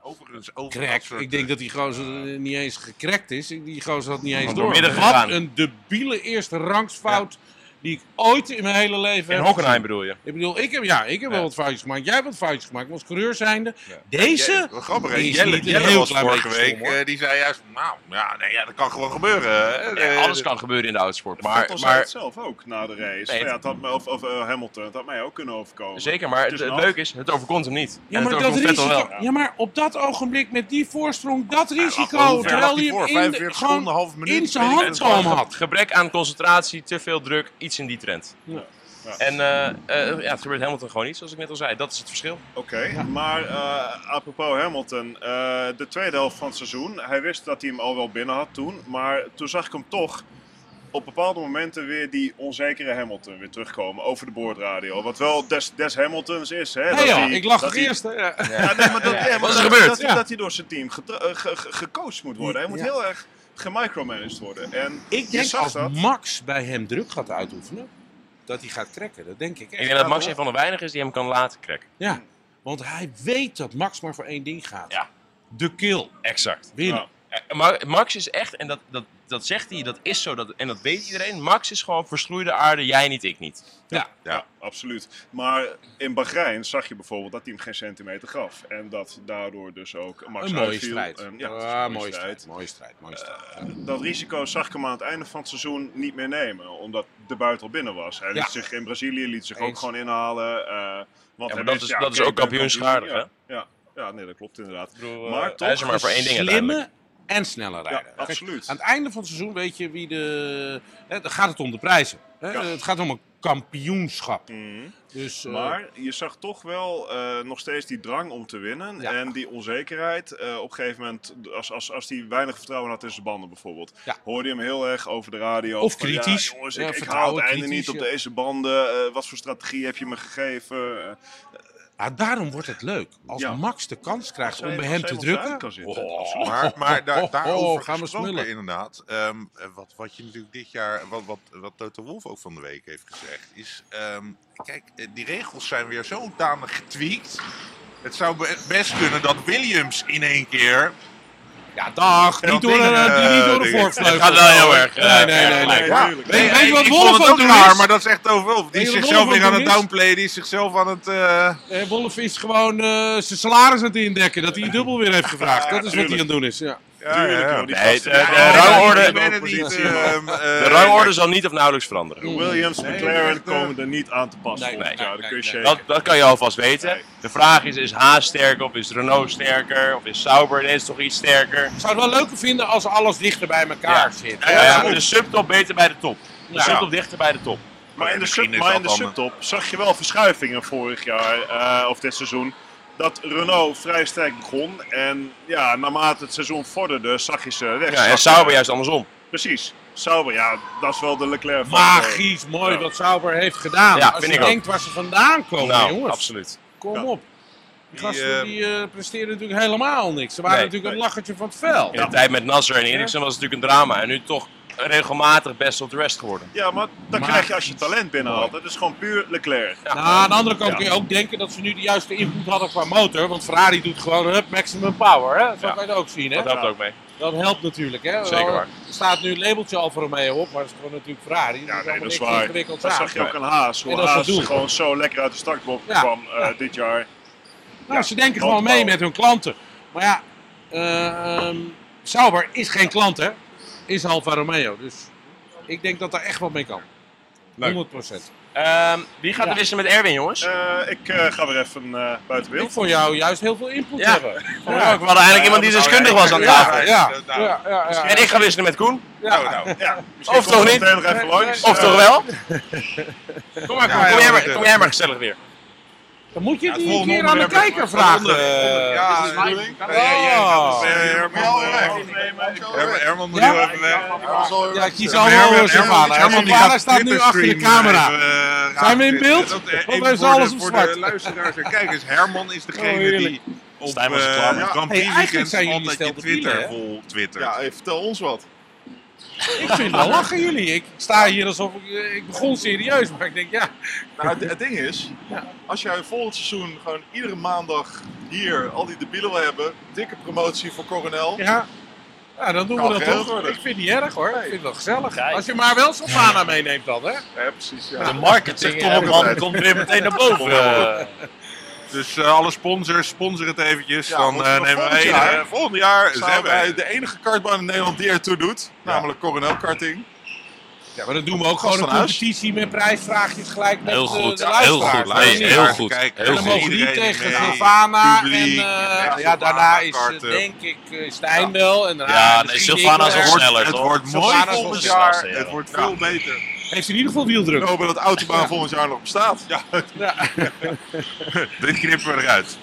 Speaker 6: Overigens, over
Speaker 2: Crack.
Speaker 6: dat soort- eh,
Speaker 2: Ik denk dat die gozer eh, niet eens gekrekt is. Die gozer had niet eens
Speaker 1: Gewoon
Speaker 2: door.
Speaker 1: doormidden
Speaker 2: Wat
Speaker 1: gegaan.
Speaker 2: een debiele eerste rangsfout die ik ooit in mijn hele leven
Speaker 1: In
Speaker 2: heb
Speaker 1: Hockenheim
Speaker 2: gezien.
Speaker 1: bedoel je?
Speaker 2: Ik bedoel, ik heb, ja, ik heb wel
Speaker 1: Ja.
Speaker 2: wat foutjes gemaakt. Jij hebt wat foutjes gemaakt. Maar als coureur zijnde, deze...
Speaker 6: Ja, grappig, hè?
Speaker 2: Die is
Speaker 6: Jelle,
Speaker 2: niet een
Speaker 6: Jelle
Speaker 2: heel
Speaker 6: was
Speaker 2: klein
Speaker 6: vorige
Speaker 2: beetje
Speaker 6: week.
Speaker 2: stom, hoor.
Speaker 6: eh, die zei juist, nou, ja, nee, ja, dat kan gewoon gebeuren. hè.
Speaker 1: Ja,
Speaker 6: Eh,
Speaker 1: alles kan gebeuren in de autosport. Maar,
Speaker 7: Vettel zei
Speaker 1: maar
Speaker 7: het zelf ook na de race.
Speaker 1: Nee,
Speaker 7: Van,
Speaker 1: het-
Speaker 7: ja, het had me, of of eh, Hamilton, het had mij ook kunnen overkomen.
Speaker 1: zeker, maar
Speaker 7: Het
Speaker 1: het,
Speaker 7: is
Speaker 1: het
Speaker 7: een
Speaker 1: leuke is, het overkomt hem niet.
Speaker 2: Ja
Speaker 1: En
Speaker 2: maar,
Speaker 1: het
Speaker 2: dat
Speaker 1: overkomt Vettel
Speaker 2: risico,
Speaker 1: wel.
Speaker 2: ja, maar op dat ogenblik met die voorsprong, dat risico,
Speaker 6: Hoe ver lag
Speaker 2: terwijl
Speaker 6: die
Speaker 2: hij hem
Speaker 6: voor?
Speaker 2: in,
Speaker 6: 45
Speaker 2: de,
Speaker 6: seconden,
Speaker 2: gewoon
Speaker 6: half minuut.
Speaker 2: in zijn
Speaker 6: weet ik
Speaker 2: hand
Speaker 6: het.
Speaker 1: Het is gewoon
Speaker 2: Palm
Speaker 1: ge-
Speaker 2: had.
Speaker 1: gebrek aan concentratie, te veel druk, iets in die trend.
Speaker 2: Ja.
Speaker 7: Ja.
Speaker 1: En eh, eh, ja, het gebeurt Hamilton gewoon niet, zoals ik net al zei. Dat is het verschil.
Speaker 7: Oké, maar eh, apropos Hamilton, eh, de tweede helft van het seizoen, hij wist dat hij hem al wel binnen had toen, maar toen zag ik hem toch op bepaalde momenten weer die onzekere Hamilton weer terugkomen over de boordradio. Wat wel des, des Hamiltons is, hè?
Speaker 2: Nee joh,
Speaker 7: hij-
Speaker 2: ik lag
Speaker 7: dat
Speaker 2: het
Speaker 7: hij-
Speaker 2: eerste. Ja.
Speaker 7: Ja, nee, maar dat, ja, maar
Speaker 1: Wat is
Speaker 7: dat,
Speaker 1: er gebeurd?
Speaker 7: dat,
Speaker 2: Ja.
Speaker 7: dat hij door zijn team gedra- eh, ge- ge- gecoacht moet worden. Hij moet
Speaker 2: Ja.
Speaker 7: heel erg gemicromanaged worden. En
Speaker 2: Ik
Speaker 7: je
Speaker 2: denk
Speaker 7: zag
Speaker 2: als
Speaker 7: dat.
Speaker 2: Max bij hem druk gaat uitoefenen, dat hij gaat trekken. Dat denk ik echt.
Speaker 1: Ik denk dat Max
Speaker 2: Ja,
Speaker 1: een van de weinigen is die hem kan laten cracken.
Speaker 2: Ja,
Speaker 7: Mm.
Speaker 2: want hij weet dat Max maar voor één ding gaat.
Speaker 1: Ja.
Speaker 2: De kill.
Speaker 1: Exact. Eh,
Speaker 2: Winnen.
Speaker 7: Ja.
Speaker 1: Max is echt, en dat, dat, dat zegt hij, dat is zo, dat, en dat weet iedereen. Max is gewoon verschroeide aarde, jij niet, ik niet.
Speaker 7: Ja, absoluut. Maar in Bahrein zag je bijvoorbeeld dat hij hem geen centimeter gaf. En dat daardoor dus ook Max
Speaker 2: Een mooie
Speaker 7: uitviel.
Speaker 2: strijd.
Speaker 7: En ja,
Speaker 2: Ah,
Speaker 7: het is een mooie
Speaker 2: mooie
Speaker 7: strijd. Eh,
Speaker 2: strijd. Mooie strijd. Mooie strijd.
Speaker 7: Dat risico zag ik hem aan het einde van het seizoen niet meer nemen. Omdat de buit al binnen was. Hij liet
Speaker 2: Ja.
Speaker 7: zich in Brazilië liet zich ook
Speaker 2: Eens.
Speaker 7: gewoon inhalen. eh, want
Speaker 1: Ja,
Speaker 7: hij
Speaker 1: maar dat
Speaker 7: wist,
Speaker 1: is-
Speaker 7: ja,
Speaker 1: dat is
Speaker 7: oké,
Speaker 1: ook
Speaker 7: ik ben kampioen.
Speaker 1: kampioenschaardig,
Speaker 7: Ja, ja, ja, nee, dat klopt inderdaad. Maar
Speaker 1: hij is
Speaker 7: toch
Speaker 1: er maar voor één ding uiteindelijk.
Speaker 2: Slimme en sneller rijden.
Speaker 7: Ja,
Speaker 2: Kijk,
Speaker 7: absoluut.
Speaker 2: aan het einde van het seizoen weet je wie de... Hè, dan gaat het om de prijzen. Hè?
Speaker 7: Ja.
Speaker 2: Het gaat om een kampioenschap.
Speaker 7: Mhm.
Speaker 2: Dus, eh,
Speaker 7: Maar je zag toch wel eh, nog steeds die drang om te winnen
Speaker 2: Ja.
Speaker 7: en die onzekerheid. Eh, op een gegeven moment, als hij als, als die weinig vertrouwen had in zijn banden bijvoorbeeld,
Speaker 2: Ja.
Speaker 7: hoorde je hem heel erg over de radio.
Speaker 2: Of
Speaker 7: van, ja,
Speaker 2: kritisch.
Speaker 7: jongens,
Speaker 2: Ja,
Speaker 7: ik, ik haal
Speaker 2: vertrouwen,
Speaker 7: het einde
Speaker 2: kritisch,
Speaker 7: niet op
Speaker 2: ja.
Speaker 7: deze banden. Eh, wat voor strategie heb je me gegeven? Eh,
Speaker 2: ja, daarom wordt het leuk. Als
Speaker 7: Ja.
Speaker 2: Max de kans krijgt
Speaker 7: Als
Speaker 2: om
Speaker 7: hij-
Speaker 2: bij
Speaker 7: als
Speaker 2: hem
Speaker 7: hij
Speaker 2: te
Speaker 7: op zijn uit
Speaker 2: drukken...
Speaker 7: kan zitten, absoluut.
Speaker 6: Maar, maar daar,
Speaker 2: oh,
Speaker 6: daarover
Speaker 2: oh, gaan we
Speaker 6: gesproken
Speaker 2: smullen.
Speaker 6: inderdaad. ehm, eh, wat, wat je natuurlijk dit jaar, wat, wat, wat Toto Wolf ook van de week heeft gezegd, is... ehm, kijk, eh, die regels zijn weer zodanig getweakt. Het zou be- best kunnen dat Williams in één keer...
Speaker 2: Ja, dag.
Speaker 6: Ja,
Speaker 2: Niet door,
Speaker 6: dingen,
Speaker 2: een-
Speaker 6: eh,
Speaker 2: niet door de
Speaker 6: dingen.
Speaker 2: voorvleugel.
Speaker 1: gaat wel heel erg, eh,
Speaker 2: Nee, nee,
Speaker 1: erg
Speaker 2: nee.
Speaker 1: gelijk.
Speaker 2: nee.
Speaker 7: Ja, tuurlijk.
Speaker 2: Weet-
Speaker 6: Nee,
Speaker 2: weet je
Speaker 6: ik-
Speaker 2: wat
Speaker 6: ik
Speaker 2: Wolf
Speaker 6: vond het
Speaker 2: aan
Speaker 6: ook
Speaker 2: het doen
Speaker 6: raar,
Speaker 2: is?
Speaker 6: maar dat is echt Toto Wolf. Die
Speaker 2: Weet
Speaker 6: is
Speaker 2: je wat
Speaker 6: zichzelf
Speaker 2: Wolf aan
Speaker 6: weer aan
Speaker 2: het
Speaker 6: het
Speaker 2: doen is?
Speaker 6: downplayen, die is zichzelf aan het... eh,
Speaker 2: Eh, Wolf is gewoon eh, zijn salaris aan het indekken. Dat hij het dubbel weer heeft gevraagd. Dat is wat hij aan het doen is. Ja.
Speaker 6: ja,
Speaker 7: Tuurlijk,
Speaker 6: ja.
Speaker 7: joh, die
Speaker 1: Nee,
Speaker 7: gasten-
Speaker 1: de- de
Speaker 7: Ja,
Speaker 1: rangorde-
Speaker 7: ja,
Speaker 6: Ik weet het
Speaker 7: positie, man.
Speaker 6: niet. ehm, eh,
Speaker 1: De rangorde zal niet of nauwelijks veranderen.
Speaker 7: Williams,
Speaker 6: Nee,
Speaker 7: McLaren
Speaker 6: echt, eh,
Speaker 7: komen er niet aan te pas
Speaker 2: Nee,
Speaker 7: volgend
Speaker 2: nee,
Speaker 7: jaar. Dat
Speaker 2: nee,
Speaker 7: kun je zeker.
Speaker 2: nee.
Speaker 1: Dat, dat kan je alvast weten.
Speaker 7: Nee.
Speaker 1: De vraag is, is Haas sterker of is Renault sterker? Of is Sauber ineens toch iets sterker?
Speaker 2: Ik zou het wel leuker vinden als alles dichter bij elkaar
Speaker 1: Ja.
Speaker 2: zit.
Speaker 1: Ja, ja, maar de subtop beter bij de top. De
Speaker 2: Ja.
Speaker 1: subtop dichter bij de top.
Speaker 7: Maar in de,
Speaker 6: Misschien
Speaker 7: sub,
Speaker 6: is
Speaker 7: maar
Speaker 6: dat
Speaker 7: in de
Speaker 6: dan-
Speaker 7: subtop zag je wel verschuivingen vorig jaar, eh, of dit seizoen. Dat Renault vrij sterk begon. En ja, naarmate het seizoen vorderde, zag je ze weg.
Speaker 1: Ja, en Sauber juist andersom.
Speaker 7: Precies. Sauber, ja, dat is wel de Leclerc van.
Speaker 2: Magisch mooi
Speaker 7: Ja.
Speaker 2: wat Sauber heeft gedaan.
Speaker 1: Ja,
Speaker 2: als
Speaker 1: vind
Speaker 2: je
Speaker 1: ik ook.
Speaker 2: denkt waar ze vandaan komen,
Speaker 1: nou,
Speaker 2: jongens.
Speaker 1: absoluut.
Speaker 2: Kom
Speaker 7: Ja.
Speaker 2: op. Die
Speaker 6: Die,
Speaker 2: gasten
Speaker 6: eh,
Speaker 2: die, eh, presteren natuurlijk helemaal niks. Ze waren
Speaker 1: Nee,
Speaker 2: natuurlijk
Speaker 7: nee.
Speaker 2: een lachertje van het veld.
Speaker 1: In de tijd met Nasser en Eriksen was het natuurlijk een drama. En nu toch regelmatig best of the rest geworden.
Speaker 7: Ja, maar dan
Speaker 8: Maar-
Speaker 7: krijg je als je talent binnenhaalt. Dat is gewoon puur Leclerc.
Speaker 2: Nou, aan de andere kant kun je ook denken dat ze nu de juiste input hadden qua motor. Want Ferrari doet gewoon hup, maximum power. Hè? Zo
Speaker 1: Ja.
Speaker 2: kan je het ook zien. Hè?
Speaker 1: Dat helpt ook mee.
Speaker 2: Dat helpt natuurlijk. Hè?
Speaker 1: Zeker
Speaker 2: Wel,
Speaker 1: waar.
Speaker 2: Er staat nu een labeltje Alfa Romeo op, maar dat is gewoon natuurlijk
Speaker 7: Ja, nee,
Speaker 2: Ferrari.
Speaker 7: dat is
Speaker 2: allemaal niks
Speaker 7: waar.
Speaker 2: ingewikkeld
Speaker 7: Dat
Speaker 2: zaak.
Speaker 7: zag je ook aan Haas. Hoe
Speaker 2: En dat is
Speaker 7: Haas
Speaker 2: het doel.
Speaker 7: gewoon zo lekker uit de startblok
Speaker 2: Ja.
Speaker 7: kwam eh, dit jaar.
Speaker 2: Nou,
Speaker 7: Ja,
Speaker 2: ze denken gewoon
Speaker 7: want-
Speaker 2: mee met hun klanten. Maar ja, eh, ehm, Sauber is geen klant, hè? Is Alfa Romeo. Dus ik denk dat daar echt wat mee kan. 100%.
Speaker 1: Ehm, wie gaat
Speaker 2: Ja.
Speaker 1: er wisselen met Erwin, jongens?
Speaker 7: Eh, ik eh, ga weer even eh, buiten
Speaker 2: Ik
Speaker 7: beeld.
Speaker 2: voor jou juist heel veel input
Speaker 1: Ja.
Speaker 2: hebben.
Speaker 1: Ja, we hadden eigenlijk iemand die deskundig was aan
Speaker 2: Ja,
Speaker 1: tafel.
Speaker 2: ja,
Speaker 6: Nou,
Speaker 2: ja, ja, ja, ja.
Speaker 1: En ik ga wisselen met Koen.
Speaker 2: Ja.
Speaker 7: Ja, misschien
Speaker 1: Of
Speaker 7: komt
Speaker 1: toch
Speaker 7: er
Speaker 1: niet?
Speaker 7: meteen nog even langs.
Speaker 1: Of
Speaker 7: Eh,
Speaker 1: toch wel?
Speaker 6: Kom maar,
Speaker 1: Kom jij maar, kom jij maar gezellig weer.
Speaker 2: Dan moet je
Speaker 6: het
Speaker 2: die een
Speaker 6: volgende
Speaker 2: keer aan de
Speaker 6: onderwerp is-
Speaker 2: kijker vragen.
Speaker 6: Ja,
Speaker 2: Is het
Speaker 6: ja,
Speaker 2: mijn-
Speaker 6: bedoeling?
Speaker 2: Oh.
Speaker 6: Eh, Herman,
Speaker 7: Oh,
Speaker 6: eh, Herman- Herman moet
Speaker 2: Ja?
Speaker 6: heel even weg.
Speaker 2: Ja, kies
Speaker 6: Herman-
Speaker 2: allemaal
Speaker 6: Herman-
Speaker 2: voor Savannah.
Speaker 6: Herman die
Speaker 2: Savannah
Speaker 6: gaat
Speaker 2: staat nu achter de
Speaker 6: Twitterstream,
Speaker 2: camera.
Speaker 6: eh, even, eh,
Speaker 2: Zijn we in beeld?
Speaker 6: Dat, eh,
Speaker 2: Of
Speaker 6: even
Speaker 2: is
Speaker 6: voor
Speaker 2: alles
Speaker 6: de-
Speaker 2: op
Speaker 6: voor
Speaker 2: zwart?
Speaker 6: de luisteraars en kijkers. Herman is
Speaker 2: Oh,
Speaker 6: degene
Speaker 2: heerlijk.
Speaker 6: die op
Speaker 1: Stijn was er
Speaker 6: eh,
Speaker 1: klaar mee.
Speaker 6: Grand
Speaker 2: Hey,
Speaker 6: Prix
Speaker 2: eigenlijk
Speaker 6: weekend
Speaker 2: zijn jullie
Speaker 6: altijd je
Speaker 2: steldebielen,
Speaker 6: Twitter
Speaker 2: hè?
Speaker 6: vol twittert.
Speaker 9: Ja, eh, vertel ons wat.
Speaker 2: Ik vind wel lachen jullie. Ik sta hier alsof ik... eh, Ik begon serieus, maar ik denk ja.
Speaker 9: Nou, het, het ding is, als jij volgend seizoen gewoon iedere maandag hier al die debielen wil hebben, dikke promotie voor Coronel.
Speaker 2: Ja. Ja, dan doen
Speaker 9: Kan
Speaker 2: we dat
Speaker 9: geregeld
Speaker 2: toch.
Speaker 9: worden.
Speaker 2: Ik vind het niet erg hoor. Ik vind het wel gezellig. Als je maar wel Savannah meeneemt dan, hè.
Speaker 9: Ja, precies. Ja.
Speaker 4: De marketing
Speaker 9: Tom ook
Speaker 4: eh,
Speaker 9: altijd.
Speaker 4: komt weer meteen naar boven. eh.
Speaker 6: Dus eh, alle sponsors, sponsor het eventjes.
Speaker 9: Ja,
Speaker 6: dan
Speaker 9: want
Speaker 6: eh,
Speaker 9: voor
Speaker 6: nemen we
Speaker 9: volgend
Speaker 6: een,
Speaker 9: jaar
Speaker 6: eh, volgend jaar
Speaker 9: Zijn
Speaker 6: zijn
Speaker 9: wij
Speaker 6: wij
Speaker 9: de enige kartbaan in Nederland die ertoe doet, namelijk Coronel Karting.
Speaker 2: Ja, maar dan doen we ook
Speaker 9: Gast
Speaker 2: gewoon een
Speaker 9: van huis.
Speaker 2: competitie met prijsvraagjes gelijk met
Speaker 4: Heel
Speaker 2: eh,
Speaker 4: goed,
Speaker 2: de
Speaker 4: ja,
Speaker 2: luisteraars.
Speaker 4: heel goed.
Speaker 2: waarom
Speaker 4: Nee,
Speaker 2: niet?
Speaker 4: heel
Speaker 2: En
Speaker 4: goed.
Speaker 6: Kijken,
Speaker 4: Heel
Speaker 2: dan
Speaker 4: goed.
Speaker 2: mogen die
Speaker 6: Iedereen
Speaker 2: tegen
Speaker 6: mee.
Speaker 2: Sylvana
Speaker 6: publiek,
Speaker 2: en eh,
Speaker 6: ja,
Speaker 2: ja, daarna
Speaker 6: Sylvana,
Speaker 2: is eh,
Speaker 6: Karten.
Speaker 2: denk ik eh, Stijn wel. En daarna
Speaker 4: Ja, nee,
Speaker 2: misschien
Speaker 4: Sylvana is
Speaker 2: Dick
Speaker 4: al
Speaker 2: wel.
Speaker 4: sneller,
Speaker 6: Het
Speaker 4: toch?
Speaker 6: wordt mooi
Speaker 2: Sylvana is
Speaker 6: volgend
Speaker 2: onze
Speaker 6: jaar.
Speaker 4: snelste, ja.
Speaker 6: Het wordt veel beter.
Speaker 2: Heeft in ieder geval wieldruk.
Speaker 9: Ik hoop dat de autobaan volgend jaar nog bestaat. Ja,
Speaker 6: Dit knippen we eruit.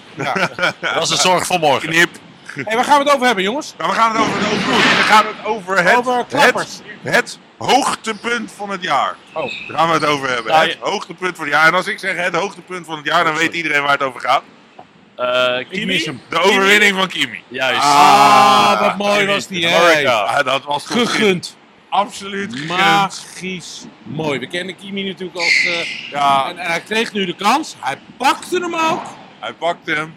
Speaker 4: Dat is de zorg van morgen.
Speaker 6: Knip.
Speaker 2: Hey, waar gaan we het over hebben, jongens?
Speaker 6: Maar we gaan het over de overmoed. We gaan het over het,
Speaker 2: over klappers.
Speaker 6: het, het hoogtepunt van het jaar.
Speaker 2: Oh.
Speaker 6: Daar gaan we het over hebben.
Speaker 4: Nou,
Speaker 6: het hoogtepunt van het jaar. En als ik zeg het hoogtepunt van het jaar, dan weet iedereen waar het over gaat.
Speaker 4: Eh,
Speaker 2: Ik mis hem.
Speaker 6: De overwinning van Kimi.
Speaker 4: Juist.
Speaker 2: Ah, wat mooi was die, hè?
Speaker 4: America.
Speaker 6: Ah, dat was toch
Speaker 2: Gegund.
Speaker 6: Absoluut gegund.
Speaker 2: Magisch mooi. We kennen Kimi natuurlijk als... eh,
Speaker 6: Ja,
Speaker 2: en, en hij kreeg nu de kans. Hij pakte hem ook.
Speaker 6: hij pakt hem.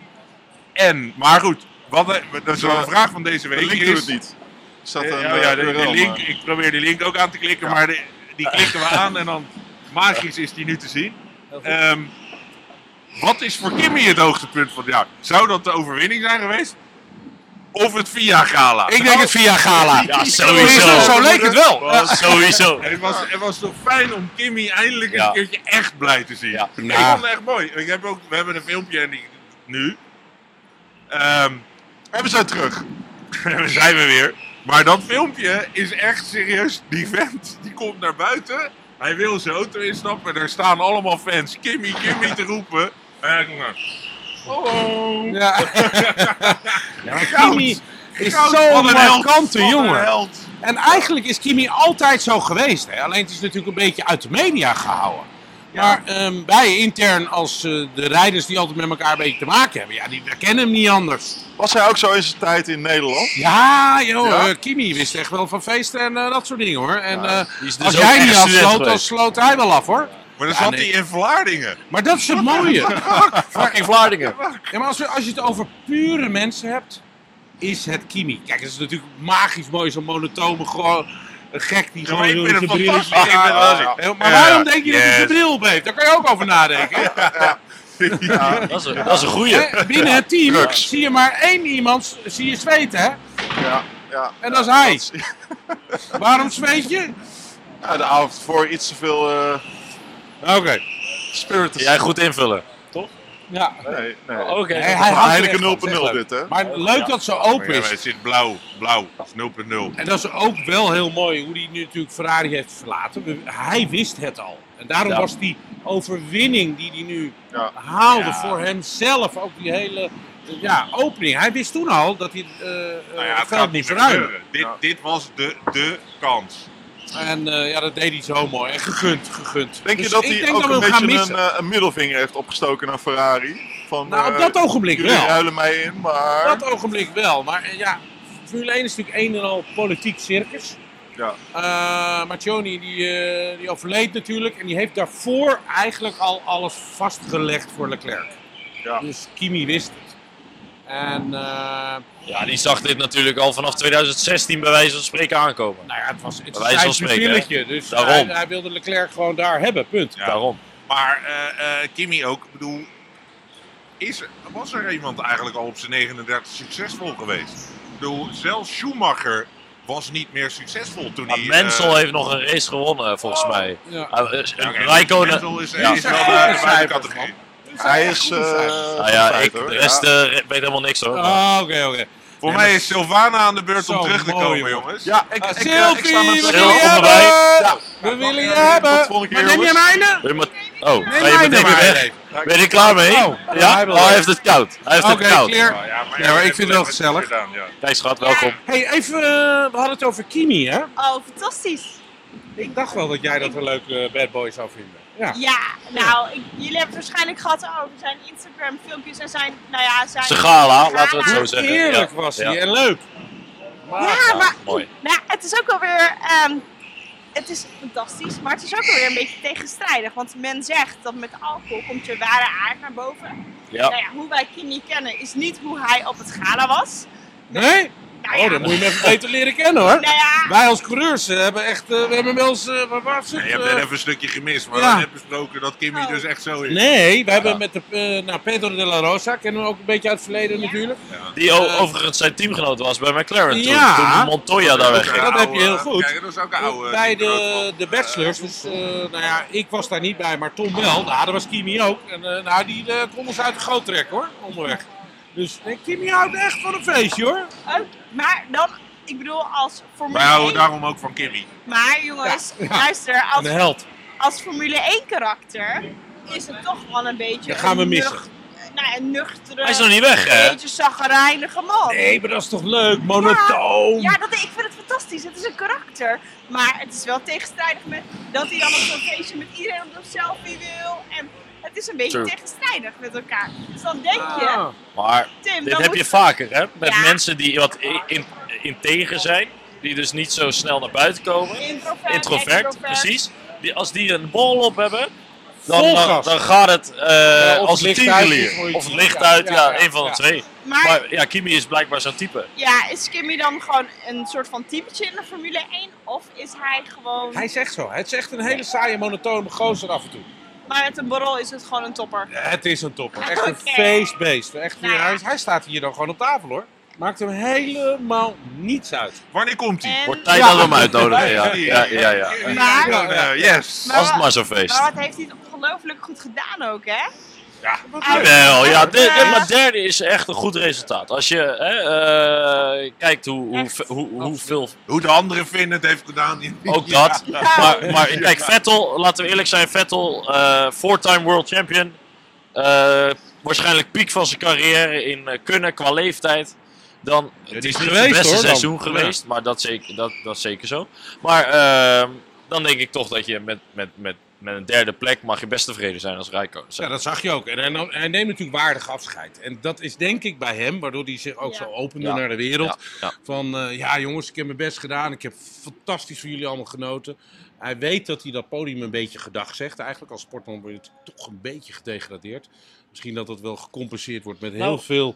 Speaker 6: En, maar goed. Wat, eh, dat is wel een vraag van deze
Speaker 9: de
Speaker 6: week.
Speaker 9: link
Speaker 6: is-
Speaker 9: doet het niet. Er staat een
Speaker 6: Ja, ja,
Speaker 9: eh,
Speaker 6: de, de
Speaker 9: URL,
Speaker 6: link,
Speaker 9: maar-
Speaker 6: ik probeer die link ook aan te klikken, maar de- die klikken we aan en dan magisch is die nu te zien. Ehm, wat is voor Kimmy het hoogtepunt van het jaar? Zou dat de overwinning zijn geweest? Of het Via Gala?
Speaker 2: Ik
Speaker 9: eh,
Speaker 2: denk het via Gala.
Speaker 4: Ja,
Speaker 2: Zo,
Speaker 4: sowieso.
Speaker 2: leek het wel.
Speaker 4: Sowieso.
Speaker 6: Het was, het was toch fijn om Kimmy eindelijk
Speaker 4: Ja.
Speaker 6: een keertje echt blij te zien.
Speaker 4: Ja.
Speaker 6: Ik vond het echt mooi. Ik heb ook, we hebben een filmpje en die, nu. Ehm,
Speaker 9: Hebben zij terug?
Speaker 6: Daar zijn we weer. Maar dat filmpje is echt serieus. Die vent die komt naar buiten. Hij wil zijn auto instappen. En er staan allemaal fans. Kimmy, Kimmy te roepen. Eh, En hij komt naar. Hallo.
Speaker 2: Ja.
Speaker 6: Goud.
Speaker 2: Kimi is
Speaker 6: Goud,
Speaker 2: zo'n
Speaker 6: wat een held,
Speaker 2: markante
Speaker 6: wat een
Speaker 2: jongen.
Speaker 6: held.
Speaker 2: En eigenlijk is Kimi altijd zo geweest. Hè? Alleen het is natuurlijk een beetje uit de media gehouden. Maar ehm, wij intern als eh, de rijders die altijd met elkaar een beetje te maken hebben, ja, die we kennen hem niet anders.
Speaker 9: Was hij ook zo in zijn tijd in Nederland?
Speaker 2: Ja, joh,
Speaker 9: Ja?
Speaker 2: eh, Kimi wist echt wel van feesten en eh, dat soort dingen hoor. En eh,
Speaker 4: Die is dus
Speaker 2: als
Speaker 4: ook
Speaker 2: jij
Speaker 4: echt
Speaker 2: niet
Speaker 4: student
Speaker 2: afsloot, dan
Speaker 4: geweest.
Speaker 2: sloot hij wel af hoor.
Speaker 6: Maar dan
Speaker 2: Ja,
Speaker 6: zat
Speaker 2: nee.
Speaker 6: hij in Vlaardingen.
Speaker 2: Maar dat is het mooie.
Speaker 4: Fucking Vlaardingen.
Speaker 2: Ja, maar als, je- als je het over pure mensen hebt, is het Kimi. Kijk, het is natuurlijk magisch mooi, zo'n monotome gro- een gek die
Speaker 6: maar
Speaker 2: gewoon
Speaker 6: ik
Speaker 2: zo'n
Speaker 6: ben een
Speaker 2: bril
Speaker 6: fantastisch- ik ben een fantastisch.
Speaker 2: Maar
Speaker 6: Ja,
Speaker 2: waarom denk je dat hij
Speaker 6: yes.
Speaker 2: zijn bril op heeft? Daar kan je ook over nadenken.
Speaker 4: Dat is, een- dat is een goeie.
Speaker 2: Hè? Binnen het team
Speaker 9: Drugs.
Speaker 2: zie je maar één iemand s- zie je zweten, hè?
Speaker 9: Ja. ja.
Speaker 2: En dat is hij.
Speaker 9: Dat is-
Speaker 2: Waarom zweet je?
Speaker 9: Ja, de avond voor iets te veel eh
Speaker 2: Oké.
Speaker 9: spiritus.
Speaker 4: Jij goed invullen.
Speaker 2: Ja.
Speaker 9: Nee, nee.
Speaker 4: Oké.
Speaker 2: Nee,
Speaker 9: Van
Speaker 2: houdt er echt van,
Speaker 9: Heineken 0.0
Speaker 2: zeg maar.
Speaker 9: dit, hè?
Speaker 2: Maar leuk dat ze open
Speaker 6: Maar ja, maar
Speaker 2: is.
Speaker 6: het zit blauw. Blauw. Dat is 0.0.
Speaker 2: En dat is ook wel heel mooi hoe hij nu natuurlijk Ferrari heeft verlaten. We- Hij wist het al. En daarom
Speaker 4: Ja.
Speaker 2: was die overwinning die hij nu
Speaker 9: Ja.
Speaker 2: haalde
Speaker 4: Ja.
Speaker 2: voor hemzelf, ook die hele eh, ja, opening. Hij wist toen al dat hij eh,
Speaker 6: Nou ja,
Speaker 2: het
Speaker 6: het
Speaker 2: veld
Speaker 6: gaat
Speaker 2: niet
Speaker 6: niet
Speaker 2: verruimen.
Speaker 6: gebeuren. Nou. Dit, dit was de, de kans.
Speaker 2: En eh, ja, dat deed hij zo mooi. En gegund, gegund.
Speaker 9: Denk je
Speaker 2: Dus
Speaker 9: dat
Speaker 2: ik
Speaker 9: hij
Speaker 2: denk
Speaker 9: ook
Speaker 2: dat we
Speaker 9: een
Speaker 2: hem gaan
Speaker 9: beetje een,
Speaker 2: missen.
Speaker 9: eh, een middelvinger heeft opgestoken naar Ferrari? Van,
Speaker 2: nou, op
Speaker 9: eh,
Speaker 2: dat ogenblik
Speaker 9: jullie
Speaker 2: wel.
Speaker 9: ruilen mij in, maar...
Speaker 2: Op dat ogenblik wel. Maar eh, ja, Formule 1 is natuurlijk een en al politiek circus.
Speaker 9: Ja.
Speaker 2: Eh, Marcioni die, eh, die overleed natuurlijk. En die heeft daarvoor eigenlijk al alles vastgelegd voor Leclerc.
Speaker 9: Ja.
Speaker 2: Dus Kimi wist het. En eh,
Speaker 4: Ja, die zag dit natuurlijk al vanaf 2016 bij wijze van spreken aankomen.
Speaker 2: nou ja, het was het
Speaker 4: Bij
Speaker 2: is
Speaker 4: wijze van
Speaker 2: zijn
Speaker 4: spreken,
Speaker 2: spilletje. Dus
Speaker 4: Daarom.
Speaker 2: hij, hij wilde Leclerc gewoon daar hebben, punt.
Speaker 6: Ja.
Speaker 4: Daarom.
Speaker 6: Maar eh, eh, Kimi ook, ik bedoel, is, er- was er iemand eigenlijk al op zijn 39 succesvol geweest? Ik bedoel, zelfs Schumacher was niet meer succesvol toen
Speaker 4: Maar
Speaker 6: hij...
Speaker 4: Mensel
Speaker 6: eh,
Speaker 4: heeft nog een race gewonnen, volgens mij.
Speaker 2: Ja.
Speaker 4: Ah, eh,
Speaker 6: ja, oké,
Speaker 4: Räikkönen-
Speaker 6: Mansell is,
Speaker 4: Ja.
Speaker 6: is wel de vijfde categorie.
Speaker 9: Hij is. eh
Speaker 4: Nou ja, ik,
Speaker 9: vijfde,
Speaker 4: de
Speaker 9: hoor.
Speaker 4: rest
Speaker 9: Ja.
Speaker 4: eh, weet helemaal niks hoor.
Speaker 2: Ah, Oké, oké.
Speaker 6: Voor mij is Silvana aan de beurt om
Speaker 2: Zo
Speaker 6: terug te
Speaker 2: mooi,
Speaker 6: komen,
Speaker 2: hoor.
Speaker 6: jongens.
Speaker 9: Ja, ik,
Speaker 4: Ah,
Speaker 9: ik, eh, ik
Speaker 2: Sylvie,
Speaker 9: sta met
Speaker 2: we
Speaker 4: Sil,
Speaker 2: willen je
Speaker 4: kom
Speaker 2: hebben!
Speaker 4: erbij.
Speaker 2: We willen je
Speaker 9: Tot
Speaker 2: hebben!
Speaker 9: volgende keer,
Speaker 2: Maar neem je
Speaker 9: jongens.
Speaker 2: mijne?
Speaker 4: Wil je maar- Oh, ga je
Speaker 2: mijne
Speaker 4: meteen weer
Speaker 2: maar.
Speaker 4: weg? Ben je er klaar mee?
Speaker 2: Oh,
Speaker 4: ja?
Speaker 2: hij wil
Speaker 4: Oh, hij
Speaker 2: weg.
Speaker 4: heeft het koud. Hij heeft
Speaker 2: Oké,
Speaker 4: het koud.
Speaker 2: clear.
Speaker 6: Nou Ja, maar,
Speaker 2: Ja, maar ik vind het wel gezellig.
Speaker 6: Gedaan, ja.
Speaker 4: Kijk schat, welkom.
Speaker 2: Hey, even, eh, we hadden het over Kimi, hè?
Speaker 3: Oh, fantastisch.
Speaker 2: Ik dacht wel dat jij dat een leuke eh, bad boy zou vinden. Ja.
Speaker 3: Ja, nou, ik- jullie hebben het waarschijnlijk gehad over zijn Instagram-filmpjes en zijn, nou ja, zijn...
Speaker 4: Zijn gala, laten we het zo
Speaker 3: Gala.
Speaker 4: zeggen.
Speaker 2: Heerlijk
Speaker 4: Ja.
Speaker 2: was
Speaker 4: Ja.
Speaker 2: hij en leuk.
Speaker 3: Ja, maar
Speaker 4: Mooi.
Speaker 3: nou, het is ook alweer. ehm het is fantastisch, maar het is ook alweer een beetje tegenstrijdig. Want men zegt dat met alcohol komt je ware aard naar boven.
Speaker 4: Ja.
Speaker 3: Nou ja, hoe wij Kimmy kennen is niet hoe hij op het gala was.
Speaker 2: Nee?
Speaker 3: Nou ja,
Speaker 2: Oh, dan moet je hem even beter leren kennen hoor.
Speaker 3: nou ja,
Speaker 2: Wij als coureurs eh, hebben echt, eh, we hebben wel eens, eh, waar was het?
Speaker 6: Je hebt net
Speaker 2: eh,
Speaker 6: even een stukje gemist, maar
Speaker 2: Ja.
Speaker 6: we hebben besproken dat Kimi
Speaker 3: Oh.
Speaker 6: dus echt zo is.
Speaker 2: Nee, we hebben met de, eh, nou, Pedro de la Rosa, kennen we ook een beetje uit het verleden natuurlijk.
Speaker 4: Die o-
Speaker 2: Eh,
Speaker 4: overigens zijn teamgenoot was bij McLaren toen.
Speaker 2: Ja.
Speaker 4: Toen Montoya daar
Speaker 6: Ook
Speaker 4: wegging.
Speaker 6: een
Speaker 2: dat heb je heel
Speaker 6: oude-
Speaker 2: goed.
Speaker 6: Kijk, dat is ook een
Speaker 4: Nou, eh,
Speaker 6: oude.
Speaker 2: bij
Speaker 6: die
Speaker 2: de,
Speaker 6: grootman.
Speaker 2: de bachelors, dus eh, nou ja, ik was daar niet bij, maar Tom wel. Nou, daar was Kimi ook. En eh, nou, die eh, kon ons uit de goot trekken hoor, onderweg. Dus nee, Kimi houdt echt van een feestje hoor.
Speaker 3: ook, maar dan, ik bedoel, als Formule
Speaker 6: Wij
Speaker 3: 1.
Speaker 6: houden daarom ook van Kimi.
Speaker 3: Maar jongens, luister, als,
Speaker 2: held.
Speaker 3: als Formule 1 karakter is het toch wel een beetje.
Speaker 2: Dat gaan we
Speaker 3: een
Speaker 2: missen.
Speaker 3: nuch- nou, een nuchtere.
Speaker 4: Hij is nog niet weg, hè?
Speaker 3: Een beetje zagrijnige man.
Speaker 2: Nee, maar dat is toch leuk, monotoon.
Speaker 3: Ja, dat, ik vind het fantastisch. Het is een karakter. Maar het is wel tegenstrijdig met dat hij dan op zo'n feestje met iedereen op een selfie wil. En het is een beetje
Speaker 4: True.
Speaker 3: tegenstrijdig met elkaar. Dus dan denk je,
Speaker 2: Ah.
Speaker 4: Maar
Speaker 3: Tim,
Speaker 4: dit
Speaker 3: dan
Speaker 4: heb
Speaker 3: moet
Speaker 4: je vaker, hè? Met
Speaker 3: Ja.
Speaker 4: mensen die wat i- in, integer zijn. Die dus niet zo snel naar buiten komen.
Speaker 3: introvert,
Speaker 4: Introvert,
Speaker 3: extrovert.
Speaker 4: precies. Die, als die een bol op hebben, dan,
Speaker 2: Vol
Speaker 4: dan,
Speaker 2: gas.
Speaker 4: dan gaat het eh,
Speaker 2: of
Speaker 4: als een
Speaker 2: het licht uit, of
Speaker 4: tierenlier.
Speaker 2: hoe je
Speaker 4: Of het
Speaker 2: het
Speaker 4: licht
Speaker 2: ziet.
Speaker 4: uit,
Speaker 2: Ja,
Speaker 4: ja,
Speaker 2: ja,
Speaker 4: een van
Speaker 2: ja.
Speaker 4: de twee.
Speaker 3: Maar
Speaker 4: Maar ja, Kimi is blijkbaar zo'n type.
Speaker 3: ja, is Kimmy dan gewoon een soort van typetje in de Formule 1? Of is hij gewoon...
Speaker 2: Hij zegt zo, het is echt een hele saaie monotone gozer af en toe.
Speaker 3: Maar met een borrel is het gewoon een topper.
Speaker 2: Het is een topper, echt een
Speaker 3: Oké.
Speaker 2: feestbeest. Echt,
Speaker 3: Nou ja.
Speaker 2: hij, hij staat hier dan gewoon op tafel hoor. Maakt hem helemaal niets uit.
Speaker 6: Wanneer komt hij?
Speaker 3: En,
Speaker 4: Wordt tijd dat we hem uitnodigen, ja. Ja, ja, ja.
Speaker 3: maar,
Speaker 6: Nou, eh, yes.
Speaker 3: maar,
Speaker 4: Als het
Speaker 3: wat-
Speaker 4: maar zo'n feest.
Speaker 3: maar wat heeft hij het ongelooflijk goed gedaan ook, hè? Ja,
Speaker 4: Jawel, ja, de- de-
Speaker 3: Ja.
Speaker 4: maar derde is echt een goed resultaat. Als je hè, eh, kijkt hoe, hoe,
Speaker 3: Echt.
Speaker 4: hoe, hoeveel,
Speaker 6: Hoe de anderen vinden het heeft gedaan.
Speaker 4: ook dat. Maar, maar kijk, Vettel, laten we eerlijk zijn, Vettel, eh four-time world champion. Eh, waarschijnlijk piek van zijn carrière in eh, kunnen qua leeftijd. Dan, het
Speaker 2: die is
Speaker 4: is niet het
Speaker 2: geweest,
Speaker 4: beste
Speaker 2: hoor, dan.
Speaker 4: seizoen geweest, maar dat, zeker, dat, dat is zeker zo. Maar ehm, dan denk ik toch dat je met, met, met, met een derde plek mag je best tevreden zijn als Rijkoon.
Speaker 2: Ja, dat zag je ook. En hij, nam- hij neemt natuurlijk waardig afscheid. En dat is denk ik bij hem, waardoor hij zich ook
Speaker 3: Ja.
Speaker 2: zo opende
Speaker 4: Ja.
Speaker 2: naar de wereld.
Speaker 4: Ja, ja.
Speaker 2: Van, eh, ja jongens, ik heb mijn best gedaan. Ik heb fantastisch voor jullie allemaal genoten. Hij weet dat hij dat podium een beetje gedag zegt. Eigenlijk als sportman word je natuurlijk toch een beetje gedegradeerd. Misschien dat dat wel gecompenseerd wordt met heel
Speaker 4: Nou.
Speaker 2: veel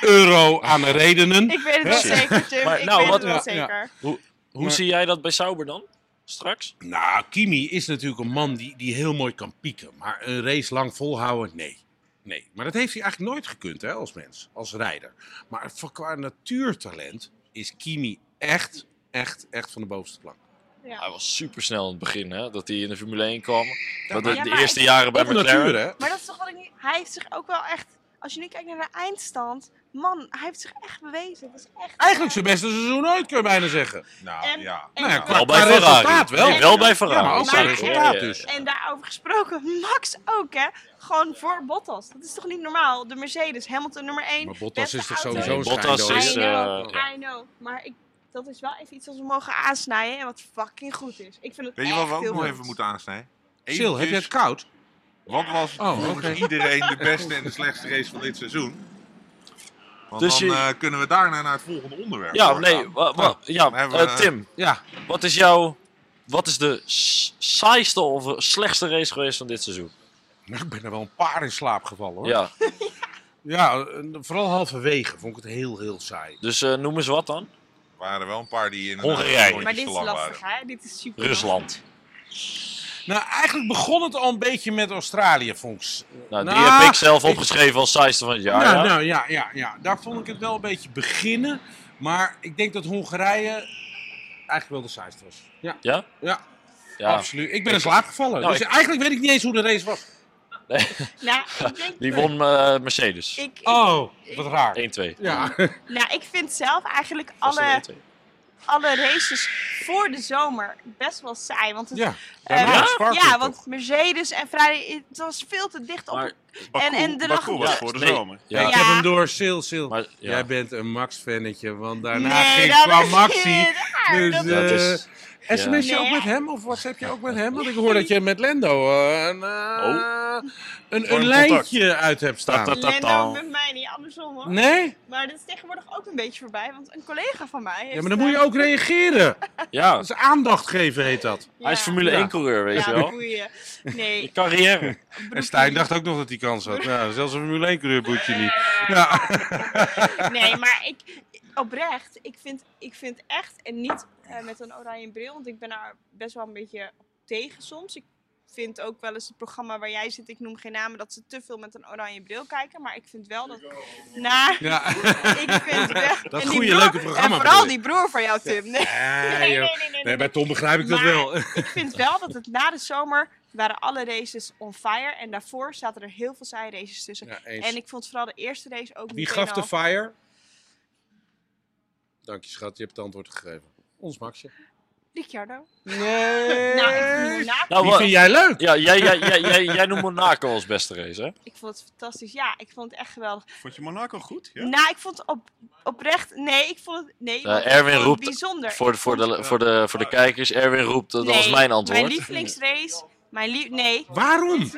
Speaker 2: euro aan redenen.
Speaker 3: Ik weet het wel zeker, Tim.
Speaker 4: Maar
Speaker 3: ik
Speaker 4: nou,
Speaker 3: weet
Speaker 4: wat-
Speaker 3: het wel
Speaker 2: ja, ja.
Speaker 3: zeker.
Speaker 4: Hoe
Speaker 2: Maar-
Speaker 4: zie jij dat bij Sauber dan? Straks?
Speaker 2: Nou, Kimi is natuurlijk een man die, die heel mooi kan pieken. Maar een race lang volhouden, nee. Nee, maar dat heeft hij eigenlijk nooit gekund hè, als mens, als rijder. Maar voor- qua natuurtalent is Kimi echt, echt, echt van de bovenste plank.
Speaker 4: Hij was super snel in het begin, hè? Dat hij in de Formule 1 kwam. dat de,
Speaker 3: maar-
Speaker 4: de
Speaker 3: Ja, maar
Speaker 4: eerste jaren bij
Speaker 2: Op natuur,
Speaker 4: McLaren.
Speaker 2: hè?
Speaker 3: Maar dat is toch wat ik niet... Hij heeft zich ook wel echt... Als je nu kijkt naar de eindstand... Man, hij heeft zich echt bewezen. Dat is echt...
Speaker 2: Eigenlijk zijn beste seizoen ooit, kun je bijna zeggen.
Speaker 3: en,
Speaker 6: ja.
Speaker 3: en-
Speaker 2: Nou ja, qua, qua
Speaker 4: Wel bij Ferrari.
Speaker 2: resultaat wel.
Speaker 4: Nee, wel bij Ferrari.
Speaker 2: Ja, maar ook qua
Speaker 3: Maar-
Speaker 2: resultaat dus.
Speaker 4: eh,
Speaker 3: En daarover gesproken, Max ook, hè? Gewoon voor Bottas. Dat is toch niet normaal? De Mercedes, Hamilton nummer 1.
Speaker 2: Maar Bottas is toch sowieso
Speaker 4: Nee,
Speaker 2: een
Speaker 4: Bottas
Speaker 2: schijndood.
Speaker 4: is,
Speaker 3: I
Speaker 4: eh,
Speaker 3: know,
Speaker 4: ja.
Speaker 3: I know. Maar ik, dat is wel even iets wat we mogen aansnijden en wat fucking goed is. Ik vind het
Speaker 6: Weet je
Speaker 3: echt
Speaker 6: wat we ook
Speaker 3: heel
Speaker 6: nog
Speaker 3: goed.
Speaker 6: even moeten aansnijden?
Speaker 2: Sil, heb je
Speaker 6: Eventjes,
Speaker 2: het koud?
Speaker 6: Wat was
Speaker 2: Oh,
Speaker 6: volgens
Speaker 2: oké.
Speaker 6: iedereen de beste en de slechtste race van dit seizoen? Want
Speaker 4: Dus
Speaker 6: dan
Speaker 4: je-
Speaker 6: eh, kunnen we daarna naar het volgende onderwerp. Nou,
Speaker 4: Ja,
Speaker 6: doorgaan.
Speaker 4: nee. wa- wa- ja,
Speaker 6: Dan hebben
Speaker 4: eh,
Speaker 6: we-
Speaker 4: Tim.
Speaker 10: Ja.
Speaker 4: Wat is jouw... Wat is de s- saaiste of slechtste race geweest van dit seizoen?
Speaker 2: Nou, ik ben er wel een paar in slaap gevallen hoor. Ja,
Speaker 4: Ja,
Speaker 2: en vooral halverwege vond ik het heel, heel saai.
Speaker 4: dus eh, noem eens wat dan.
Speaker 6: Er waren wel een paar die in
Speaker 4: Hongarije.
Speaker 3: Maar dit is lastig, hè? Dit is super.
Speaker 4: Rusland.
Speaker 2: Nou, eigenlijk begon het al een beetje met Australië, vond ik.
Speaker 4: Nou, die
Speaker 2: Nou,
Speaker 4: heb ik zelf
Speaker 2: ik-
Speaker 4: opgeschreven als saaiste van het jaar.
Speaker 2: nou,
Speaker 4: ja.
Speaker 2: nou ja, ja, ja, daar vond ik het wel een beetje beginnen. Maar ik denk dat Hongarije eigenlijk wel de saaiste was. Ja,
Speaker 4: Ja?
Speaker 2: Ja.
Speaker 4: Ja.
Speaker 2: absoluut. Ik ben in slaap gevallen.
Speaker 4: Nou,
Speaker 2: dus
Speaker 4: ik-
Speaker 2: eigenlijk weet ik niet eens hoe de race was.
Speaker 3: Nou, ik denk...
Speaker 4: Die won eh, Mercedes. 1-2.
Speaker 3: Ik, ik-
Speaker 2: Oh, wat raar. Ja.
Speaker 3: nou, ik vind zelf eigenlijk
Speaker 4: Was
Speaker 3: alle,
Speaker 4: het 1-2?
Speaker 3: alle races voor de zomer best wel saai. Want het,
Speaker 2: Ja,
Speaker 3: eh,
Speaker 2: maar het
Speaker 3: ja,
Speaker 2: sparkelt toch?
Speaker 3: want Mercedes en Ferrari, het was veel te dicht op.
Speaker 4: Maar-
Speaker 3: en, en de
Speaker 7: Baku was
Speaker 4: Ja,
Speaker 7: voor de
Speaker 4: nee.
Speaker 7: zomer.
Speaker 4: Ja.
Speaker 2: Ik heb hem door, Sil, Sil.
Speaker 4: Maar, ja.
Speaker 2: Jij bent een Max-fannetje, want daarna
Speaker 3: Nee,
Speaker 2: ging
Speaker 3: dat
Speaker 2: kwam
Speaker 3: is
Speaker 2: Maxi.
Speaker 3: heel raar.
Speaker 2: Dus,
Speaker 3: Dat-
Speaker 2: eh,
Speaker 4: Dat is-
Speaker 2: SMS je
Speaker 3: ja.
Speaker 2: ook
Speaker 3: Nee.
Speaker 2: met hem of WhatsApp je ook met hem? Want ik hoor dat je met Lendo eh, een, eh, een,
Speaker 3: Oh.
Speaker 2: een
Speaker 7: contact.
Speaker 2: lijntje uit hebt
Speaker 4: Dat-
Speaker 2: staan.
Speaker 4: dat-
Speaker 3: Lendo nou, met mij niet, andersom hoor.
Speaker 2: Nee?
Speaker 3: Maar dat is tegenwoordig ook een beetje voorbij, want een collega van mij heeft... eh,
Speaker 2: Ja, maar dan moet je ook reageren.
Speaker 4: ja,
Speaker 2: Dat is aandacht geven, heet dat.
Speaker 3: eh,
Speaker 4: hij is
Speaker 3: ja.
Speaker 4: Formule 1-coureur, weet je
Speaker 3: Ja,
Speaker 4: wel.
Speaker 3: boeien.
Speaker 4: Je
Speaker 3: Nee,
Speaker 4: carrière.
Speaker 2: En Stijn dacht ook nog dat hij kans had. Nou, zelfs een Formule 1 coureur boet je niet. Ja.
Speaker 3: nee, maar ik, oprecht, ik vind, ik vind echt, en niet eh, met een oranje bril, want ik ben daar best wel een beetje tegen soms. Ik vind ook wel eens het programma waar jij zit, ik noem geen namen, dat ze te veel met een oranje bril kijken. Maar ik vind wel dat, nou,
Speaker 2: ja.
Speaker 3: ik vind wel... en die
Speaker 2: goede,
Speaker 3: broer-
Speaker 2: leuke programma
Speaker 3: En vooral
Speaker 2: bedoel
Speaker 3: die broer van jou, Tim. Nee, nee, nee,
Speaker 2: joh.
Speaker 3: nee, nee,
Speaker 2: Nee, bij Tom begrijp ik dat
Speaker 3: Maar-
Speaker 2: wel.
Speaker 3: ik vind wel dat het na de zomer waren alle races on fire. En daarvoor zaten er heel veel saaie races tussen.
Speaker 2: Ja, eens.
Speaker 3: en ik vond vooral de eerste race ook
Speaker 2: Wie
Speaker 3: meteen
Speaker 2: gaf de
Speaker 3: al-
Speaker 2: fire? Dank je, schat. Je hebt het antwoord gegeven. Ons Maxje.
Speaker 3: Ricciardo.
Speaker 2: Nee.
Speaker 3: Nou, ik vond Monaco-
Speaker 4: Nou,
Speaker 2: Die
Speaker 4: wa-
Speaker 2: vind jij leuk?
Speaker 4: ja, jij, jij, jij, jij, jij noemt Monaco als beste race, hè?
Speaker 3: ik vond het fantastisch. Ja, ik vond het echt geweldig.
Speaker 7: Vond je Monaco goed? Ja?
Speaker 3: Nou, ik vond het op, oprecht... Nee, ik vond het... Nee,
Speaker 4: Eh,
Speaker 3: want ik
Speaker 4: Erwin
Speaker 3: vond het
Speaker 4: roept
Speaker 3: Bijzonder.
Speaker 4: Voor de, voor de, voor de, voor de kijkers, Erwin roept, dat was
Speaker 3: Nee,
Speaker 4: mijn antwoord.
Speaker 3: Mijn lievelingsrace... Mijn lief... Nee.
Speaker 2: Waarom?
Speaker 3: Niet-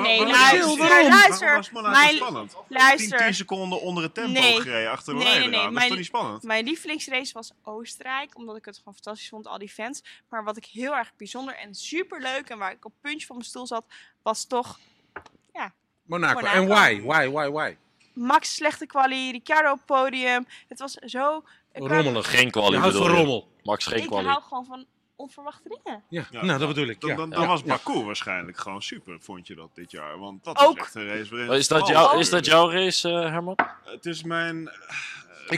Speaker 7: Hm.
Speaker 3: nee,
Speaker 7: Waarom-
Speaker 3: nee.
Speaker 7: waarom-
Speaker 3: Luister,
Speaker 7: waarom- waarom
Speaker 3: luister.
Speaker 7: was Monaco
Speaker 3: Mijn,
Speaker 7: spannend? 10, 10
Speaker 3: luister.
Speaker 7: seconden onder het tempo
Speaker 3: Nee.
Speaker 7: gereden achter de
Speaker 3: Nee,
Speaker 7: leider
Speaker 3: nee, nee,
Speaker 7: aan. Dat is
Speaker 3: mijn-
Speaker 7: toch niet spannend?
Speaker 3: Mijn lievelingsrace was Oostenrijk, omdat ik het gewoon fantastisch vond, al die fans. Maar wat ik heel erg bijzonder en superleuk en waar ik op het puntje van mijn stoel zat, was toch
Speaker 2: Monaco.
Speaker 3: Monaco.
Speaker 2: En why? Why, why, why?
Speaker 3: Max slechte kwalie, Ricciardo op het podium. Het was zo... ik wou-
Speaker 2: Rommelig.
Speaker 4: Geen
Speaker 2: Je
Speaker 4: kwalie
Speaker 2: houdt
Speaker 4: bedoel
Speaker 2: van
Speaker 4: je.
Speaker 2: rommel.
Speaker 4: Max, geen
Speaker 3: Ik
Speaker 4: kwalie.
Speaker 3: hou gewoon van onverwachte dingen.
Speaker 2: Ja.
Speaker 7: Ja.
Speaker 2: nou dat bedoel ik.
Speaker 7: Dan,
Speaker 2: Ja.
Speaker 7: dan, dan
Speaker 4: Ja.
Speaker 7: was Baku waarschijnlijk gewoon super, vond je dat dit jaar? Want dat
Speaker 3: Ook.
Speaker 7: is echt een race waarin...
Speaker 4: Is dat,
Speaker 7: Oh,
Speaker 4: jou,
Speaker 7: oh.
Speaker 4: is dat jouw race, eh, Herman?
Speaker 7: Het is mijn...
Speaker 2: Ik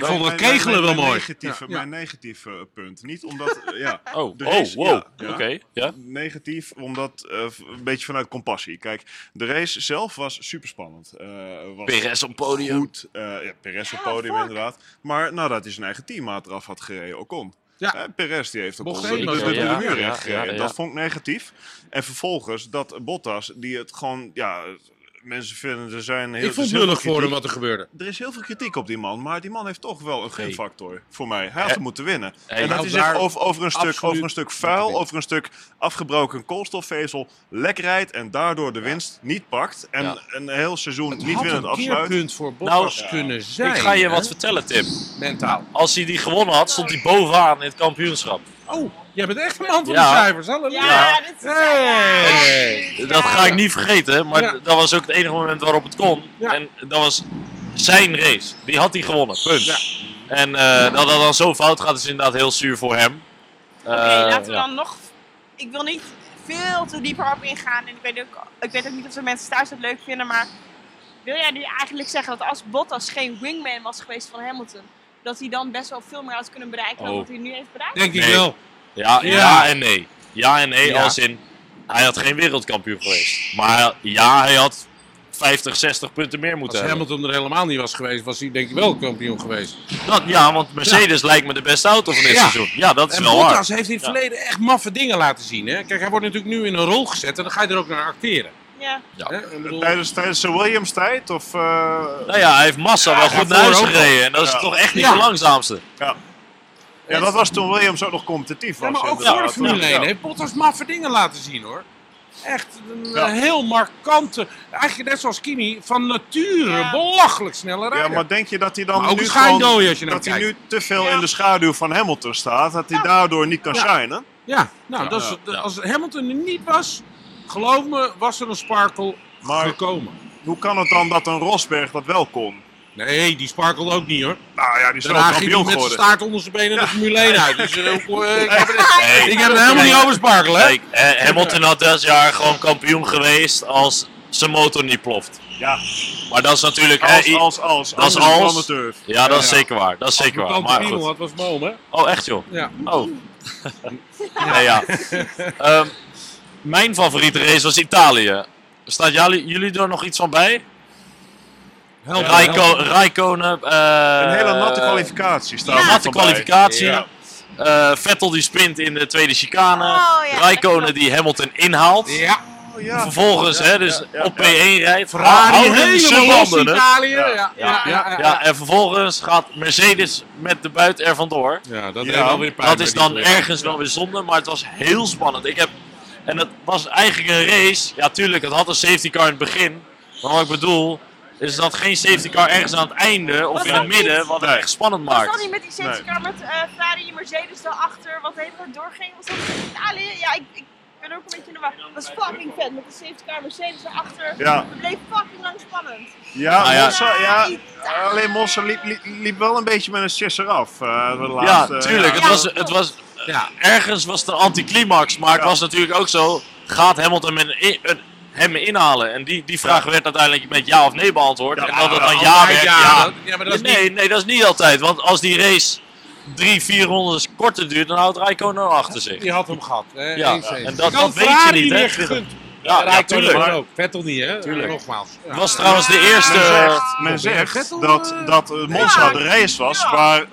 Speaker 7: mijn-
Speaker 2: vond het
Speaker 7: mijn-
Speaker 2: kegelen
Speaker 7: mijn-
Speaker 2: wel
Speaker 7: mijn
Speaker 2: mooi.
Speaker 7: Negatieve,
Speaker 2: Ja, ja.
Speaker 7: Mijn negatieve eh, punt. Niet omdat... eh, ja,
Speaker 4: Oh,
Speaker 7: De
Speaker 4: oh
Speaker 7: race,
Speaker 4: wow.
Speaker 7: ja,
Speaker 4: Oké,
Speaker 7: ja.
Speaker 4: ja.
Speaker 7: negatief, omdat eh, v- een beetje vanuit compassie. Kijk, de race zelf was Eh, super spannend.
Speaker 4: Perez op podium.
Speaker 7: Goed, eh, ja, Perez op
Speaker 3: Ja,
Speaker 7: podium
Speaker 3: fuck.
Speaker 7: inderdaad. Maar nou, nadat hij zijn eigen teammaat eraf had gereden, Ocon.
Speaker 2: Ja.
Speaker 7: Hè, Perez die heeft ook
Speaker 2: Bocht
Speaker 7: de,
Speaker 2: één
Speaker 7: de,
Speaker 2: was
Speaker 7: de,
Speaker 2: dat,
Speaker 7: de
Speaker 2: ja.
Speaker 7: muur
Speaker 4: Ja,
Speaker 7: ingereden.
Speaker 4: ja, ja.
Speaker 7: Dat vond ik negatief. En vervolgens dat Bottas, die het gewoon, ja, mensen vinden er zijn heel
Speaker 2: Ik vond het
Speaker 7: heel veel
Speaker 2: lullig voor hem
Speaker 7: kritiek.
Speaker 2: wat er gebeurde.
Speaker 7: Er is heel veel kritiek op die man, maar die man heeft toch wel een gunfactor voor mij. Hij had hem moeten winnen. en dat
Speaker 2: nou,
Speaker 7: is echt
Speaker 2: daar
Speaker 7: over, over, een stuk,
Speaker 2: absoluut
Speaker 7: over een stuk
Speaker 2: moeten
Speaker 7: vuil,
Speaker 2: winnen.
Speaker 7: over een stuk afgebroken koolstofvezel, lekkerheid en daardoor de winst niet pakt. En
Speaker 4: Ja.
Speaker 7: een heel seizoen niet
Speaker 2: Had
Speaker 7: winnend
Speaker 2: een
Speaker 7: afsluit.
Speaker 2: keerpunt voor Bottas
Speaker 4: Nou,
Speaker 2: kunnen zijn.
Speaker 4: Ik ga je
Speaker 2: hè?
Speaker 4: wat vertellen, Tim.
Speaker 2: Mentaal.
Speaker 4: Als hij die gewonnen had, stond hij bovenaan in het kampioenschap.
Speaker 2: Oh, jij bent echt een man van
Speaker 4: Ja.
Speaker 2: de cijfers. Halleluja.
Speaker 3: Ja, dit is...
Speaker 2: Hey.
Speaker 4: Dat ga ik niet vergeten, maar
Speaker 2: Ja.
Speaker 4: d- dat was ook het enige moment waarop het kon.
Speaker 2: Ja.
Speaker 4: En dat was zijn race. Die had hij gewonnen, punt. En eh, dat dat dan zo fout gaat, is inderdaad heel zuur voor hem.
Speaker 3: Oké,
Speaker 4: Eh,
Speaker 3: laten we
Speaker 4: ja.
Speaker 3: dan nog... Ik wil niet veel te dieper op ingaan. En ik weet ook, ik weet ook niet of de mensen thuis dat leuk vinden, maar... Wil jij nu eigenlijk zeggen dat als Bottas geen wingman was geweest van Hamilton... dat hij dan best wel veel meer had kunnen bereiken dan
Speaker 4: Oh.
Speaker 3: wat hij nu heeft bereikt?
Speaker 2: Denk ik
Speaker 4: Nee.
Speaker 2: wel.
Speaker 4: Ja,
Speaker 2: Ja.
Speaker 4: ja. en nee. Ja en nee,
Speaker 2: Ja.
Speaker 4: als in hij had geen wereldkampioen geweest. Maar ja, hij had 50, 60 punten meer
Speaker 2: Als
Speaker 4: moeten hebben.
Speaker 2: Hamilton er helemaal niet was geweest, was hij denk ik wel kampioen geweest.
Speaker 4: Dat, ja, want Mercedes lijkt me de beste auto van dit
Speaker 2: Ja.
Speaker 4: seizoen. Ja, dat is
Speaker 2: En
Speaker 4: wel waar.
Speaker 2: Bottas heeft in het
Speaker 4: Ja.
Speaker 2: verleden echt maffe dingen laten zien. Hè? Kijk, hij wordt natuurlijk nu in een rol gezet en dan ga je er ook naar acteren.
Speaker 3: Ja.
Speaker 2: Hè? Ik bedoel,
Speaker 7: Tijdens, tijdens zijn Williams tijd? Of, eh,
Speaker 4: Nou ja, hij heeft Massa wel goed naar
Speaker 2: daarvoor
Speaker 4: huis
Speaker 2: ook wel.
Speaker 4: gereden. En dat is
Speaker 7: Ja.
Speaker 4: toch echt niet
Speaker 2: Ja.
Speaker 4: de langzaamste.
Speaker 7: ja, dat was toen Williams ook nog competitief was.
Speaker 2: Ja, maar ook
Speaker 7: inderdaad.
Speaker 2: voor de Formule
Speaker 7: Ja, ja.
Speaker 2: 1 heeft Bottas maffe dingen laten zien hoor. Echt een eh, heel markante, eigenlijk net zoals Kimi, van nature
Speaker 3: Ja.
Speaker 2: belachelijk snelle
Speaker 7: Ja,
Speaker 2: rijder.
Speaker 7: maar denk je dat hij dan
Speaker 2: Maar ook
Speaker 7: nu
Speaker 2: een schijndooi
Speaker 7: gewoon-
Speaker 2: als je naar
Speaker 7: dat hij
Speaker 2: kijkt.
Speaker 7: nu te veel
Speaker 3: Ja.
Speaker 7: in de schaduw van Hamilton staat, dat hij daardoor niet kan shinen?
Speaker 2: Ja, nou, dat is, als Hamilton er niet was, geloof me, was er een sparkle
Speaker 7: Maar-
Speaker 2: gekomen.
Speaker 7: Hoe kan het dan dat een Rosberg dat wel kon?
Speaker 2: Nee, die sparkelde ook niet hoor.
Speaker 7: Nou ja, die is wel
Speaker 2: Daarna ging hij
Speaker 7: kampioen
Speaker 2: met zijn
Speaker 7: geworden.
Speaker 2: staart onder zijn benen de Formule 1 uit. Dus, eh, ook, eh, ik heb het-
Speaker 4: Nee.
Speaker 2: ik heb het helemaal niet over sparkelen, hè?
Speaker 4: Kijk, eh, Hamilton had dat jaar gewoon kampioen geweest als zijn motor niet ploft.
Speaker 7: Ja.
Speaker 4: Maar dat is natuurlijk... eh,
Speaker 7: Als,
Speaker 4: i-
Speaker 7: als, als.
Speaker 4: dat is
Speaker 7: Anders
Speaker 4: als.
Speaker 7: kwam het turf.
Speaker 4: ja, dat is zeker waar. Dat is zeker waar.
Speaker 2: Want de
Speaker 4: Maar
Speaker 2: piemel
Speaker 4: goed.
Speaker 2: had was moom, hè?
Speaker 4: Oh, echt joh?
Speaker 2: Ja.
Speaker 4: Oh. nee, ja. Ehm, mijn favoriete race was Italië. Staat jullie, jullie er nog iets van bij?
Speaker 2: Helder,
Speaker 4: Raiko,
Speaker 2: helder.
Speaker 4: Raikkonen. eh,
Speaker 7: Een hele natte kwalificatie staat er
Speaker 4: natte
Speaker 7: voorbij.
Speaker 4: kwalificatie.
Speaker 7: Ja.
Speaker 4: Eh, Vettel die sprint in de tweede chicane.
Speaker 3: Oh, ja, dat
Speaker 4: eh, Raikkonen
Speaker 3: klopt.
Speaker 4: die Hamilton inhaalt.
Speaker 2: Ja,
Speaker 7: Oh, ja.
Speaker 4: Vervolgens, hè, dus
Speaker 7: ja,
Speaker 4: op P1 rijdt.
Speaker 2: Ferrari
Speaker 4: Houden die
Speaker 2: helemaal los
Speaker 4: seconden, hè?
Speaker 2: Italië. Ja, ja, ja. ja,
Speaker 4: Ja, en vervolgens gaat Mercedes met de buit er vandoor.
Speaker 2: Ja, dat
Speaker 7: Ja.
Speaker 2: deed wel weer pijn.
Speaker 4: Dat
Speaker 2: bij
Speaker 4: is
Speaker 2: die
Speaker 4: dan
Speaker 2: collega.
Speaker 4: ergens wel weer zonde, maar het was heel spannend. Ik heb, en het was eigenlijk een race. Ja, tuurlijk, het had een safety car in het begin. Maar wat ik bedoel, is dat geen safety car ergens aan het einde of
Speaker 3: Was
Speaker 4: in het
Speaker 3: dat niet-
Speaker 4: midden, wat het
Speaker 7: Nee.
Speaker 4: echt spannend
Speaker 3: Was dat niet
Speaker 4: maakt.
Speaker 3: met die safety car met eh, Ferrari en Mercedes daarachter, wat de hele tijd doorging? Was dat in Italië? Ja, ik, ik ben ook een beetje in de war. Het was fucking vet met de safety car Mercedes daarachter.
Speaker 7: Ja.
Speaker 3: Het bleef fucking lang spannend.
Speaker 7: Ja,
Speaker 4: Nou ja.
Speaker 7: Monza, ja,
Speaker 3: Italië.
Speaker 7: alleen Monza liep, liep, liep wel een beetje met een sisser af. eh, de
Speaker 4: Ja,
Speaker 7: laatste,
Speaker 4: tuurlijk.
Speaker 7: ja.
Speaker 4: Het was, het was,
Speaker 2: Ja.
Speaker 4: Ergens was de anticlimax, maar het was natuurlijk ook zo. Gaat Hamilton met een, in- een- hem inhalen? En die, die vraag werd uiteindelijk met ja of nee beantwoord. en dat het dan ja
Speaker 2: Altijd
Speaker 4: werd,
Speaker 2: ja,
Speaker 4: ja.
Speaker 2: dat- ja, maar dat is
Speaker 4: nee, nee, dat is niet altijd. Want als die race drie, vier rondes korter duurt, dan houdt Raikkonen achter zich.
Speaker 2: Die had hem gehad. Hè?
Speaker 4: Ja,
Speaker 2: Eens, eens.
Speaker 4: en dat-
Speaker 2: Ik had
Speaker 4: dat weet je
Speaker 2: Ferrari
Speaker 4: niet, hè?
Speaker 2: meer gegund.
Speaker 4: Ja, ja,
Speaker 2: Rijkonen
Speaker 4: tuurlijk.
Speaker 2: maar ook. Vettel niet, hè? Nogmaals.
Speaker 4: Het was trouwens de eerste... eh,
Speaker 7: Men zegt, men
Speaker 2: Probeer
Speaker 7: zegt
Speaker 2: Vettel,
Speaker 7: dat,
Speaker 2: eh,
Speaker 7: dat eh, Monza
Speaker 3: ja.
Speaker 7: de race was
Speaker 3: Ja.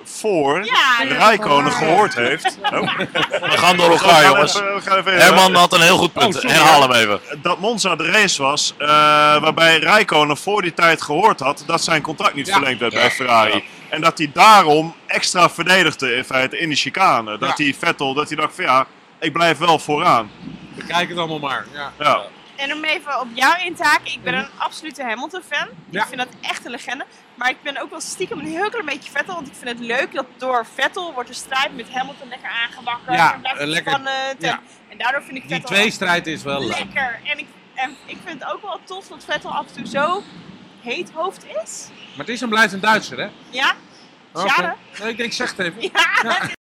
Speaker 7: waarvoor
Speaker 3: Ja, ja.
Speaker 7: Rijkonen gehoord heeft. Oh,
Speaker 4: We gaan door
Speaker 7: we
Speaker 4: elkaar,
Speaker 7: gaan
Speaker 4: jongens.
Speaker 7: even- we gaan even- eh,
Speaker 4: Herman had een heel goed punt.
Speaker 2: Oh, sorry,
Speaker 4: Herhaal hem even.
Speaker 7: Dat Monza de race was eh, waarbij Rijkonen voor die tijd gehoord had dat zijn contract niet
Speaker 2: Ja.
Speaker 7: verlengd werd bij Ferrari. En dat hij daarom extra verdedigde in feite in de chicane. Dat
Speaker 2: Ja.
Speaker 7: hij Vettel, dat hij dacht van ja, ik blijf wel vooraan.
Speaker 2: Bekijk het allemaal maar. Ja.
Speaker 7: Ja.
Speaker 3: En om even op jou in te haken, ik ben een absolute Hamilton-fan.
Speaker 2: Mhm. Ja.
Speaker 3: Ik vind dat echt een legende. Maar ik ben ook wel stiekem een heel klein beetje Vettel. Want ik vind het leuk dat door Vettel wordt de strijd met Hamilton lekker aangewakkerd.
Speaker 2: Ja,
Speaker 3: en blijft
Speaker 2: eh,
Speaker 3: het
Speaker 2: lekker.
Speaker 3: spannend. En,
Speaker 2: Ja.
Speaker 3: en daardoor vind ik
Speaker 2: Die
Speaker 3: Vettel
Speaker 2: tweestrijd is wel leuk.
Speaker 3: lekker. En ik, en ik vind het ook wel tof dat Vettel af en toe zo heet hoofd is.
Speaker 2: Maar het is en blijft een Duitser, hè?
Speaker 3: Ja?
Speaker 2: Oh, Oké.
Speaker 3: Jaren?
Speaker 2: Nee, ik denk, zeg het even.
Speaker 3: Ja.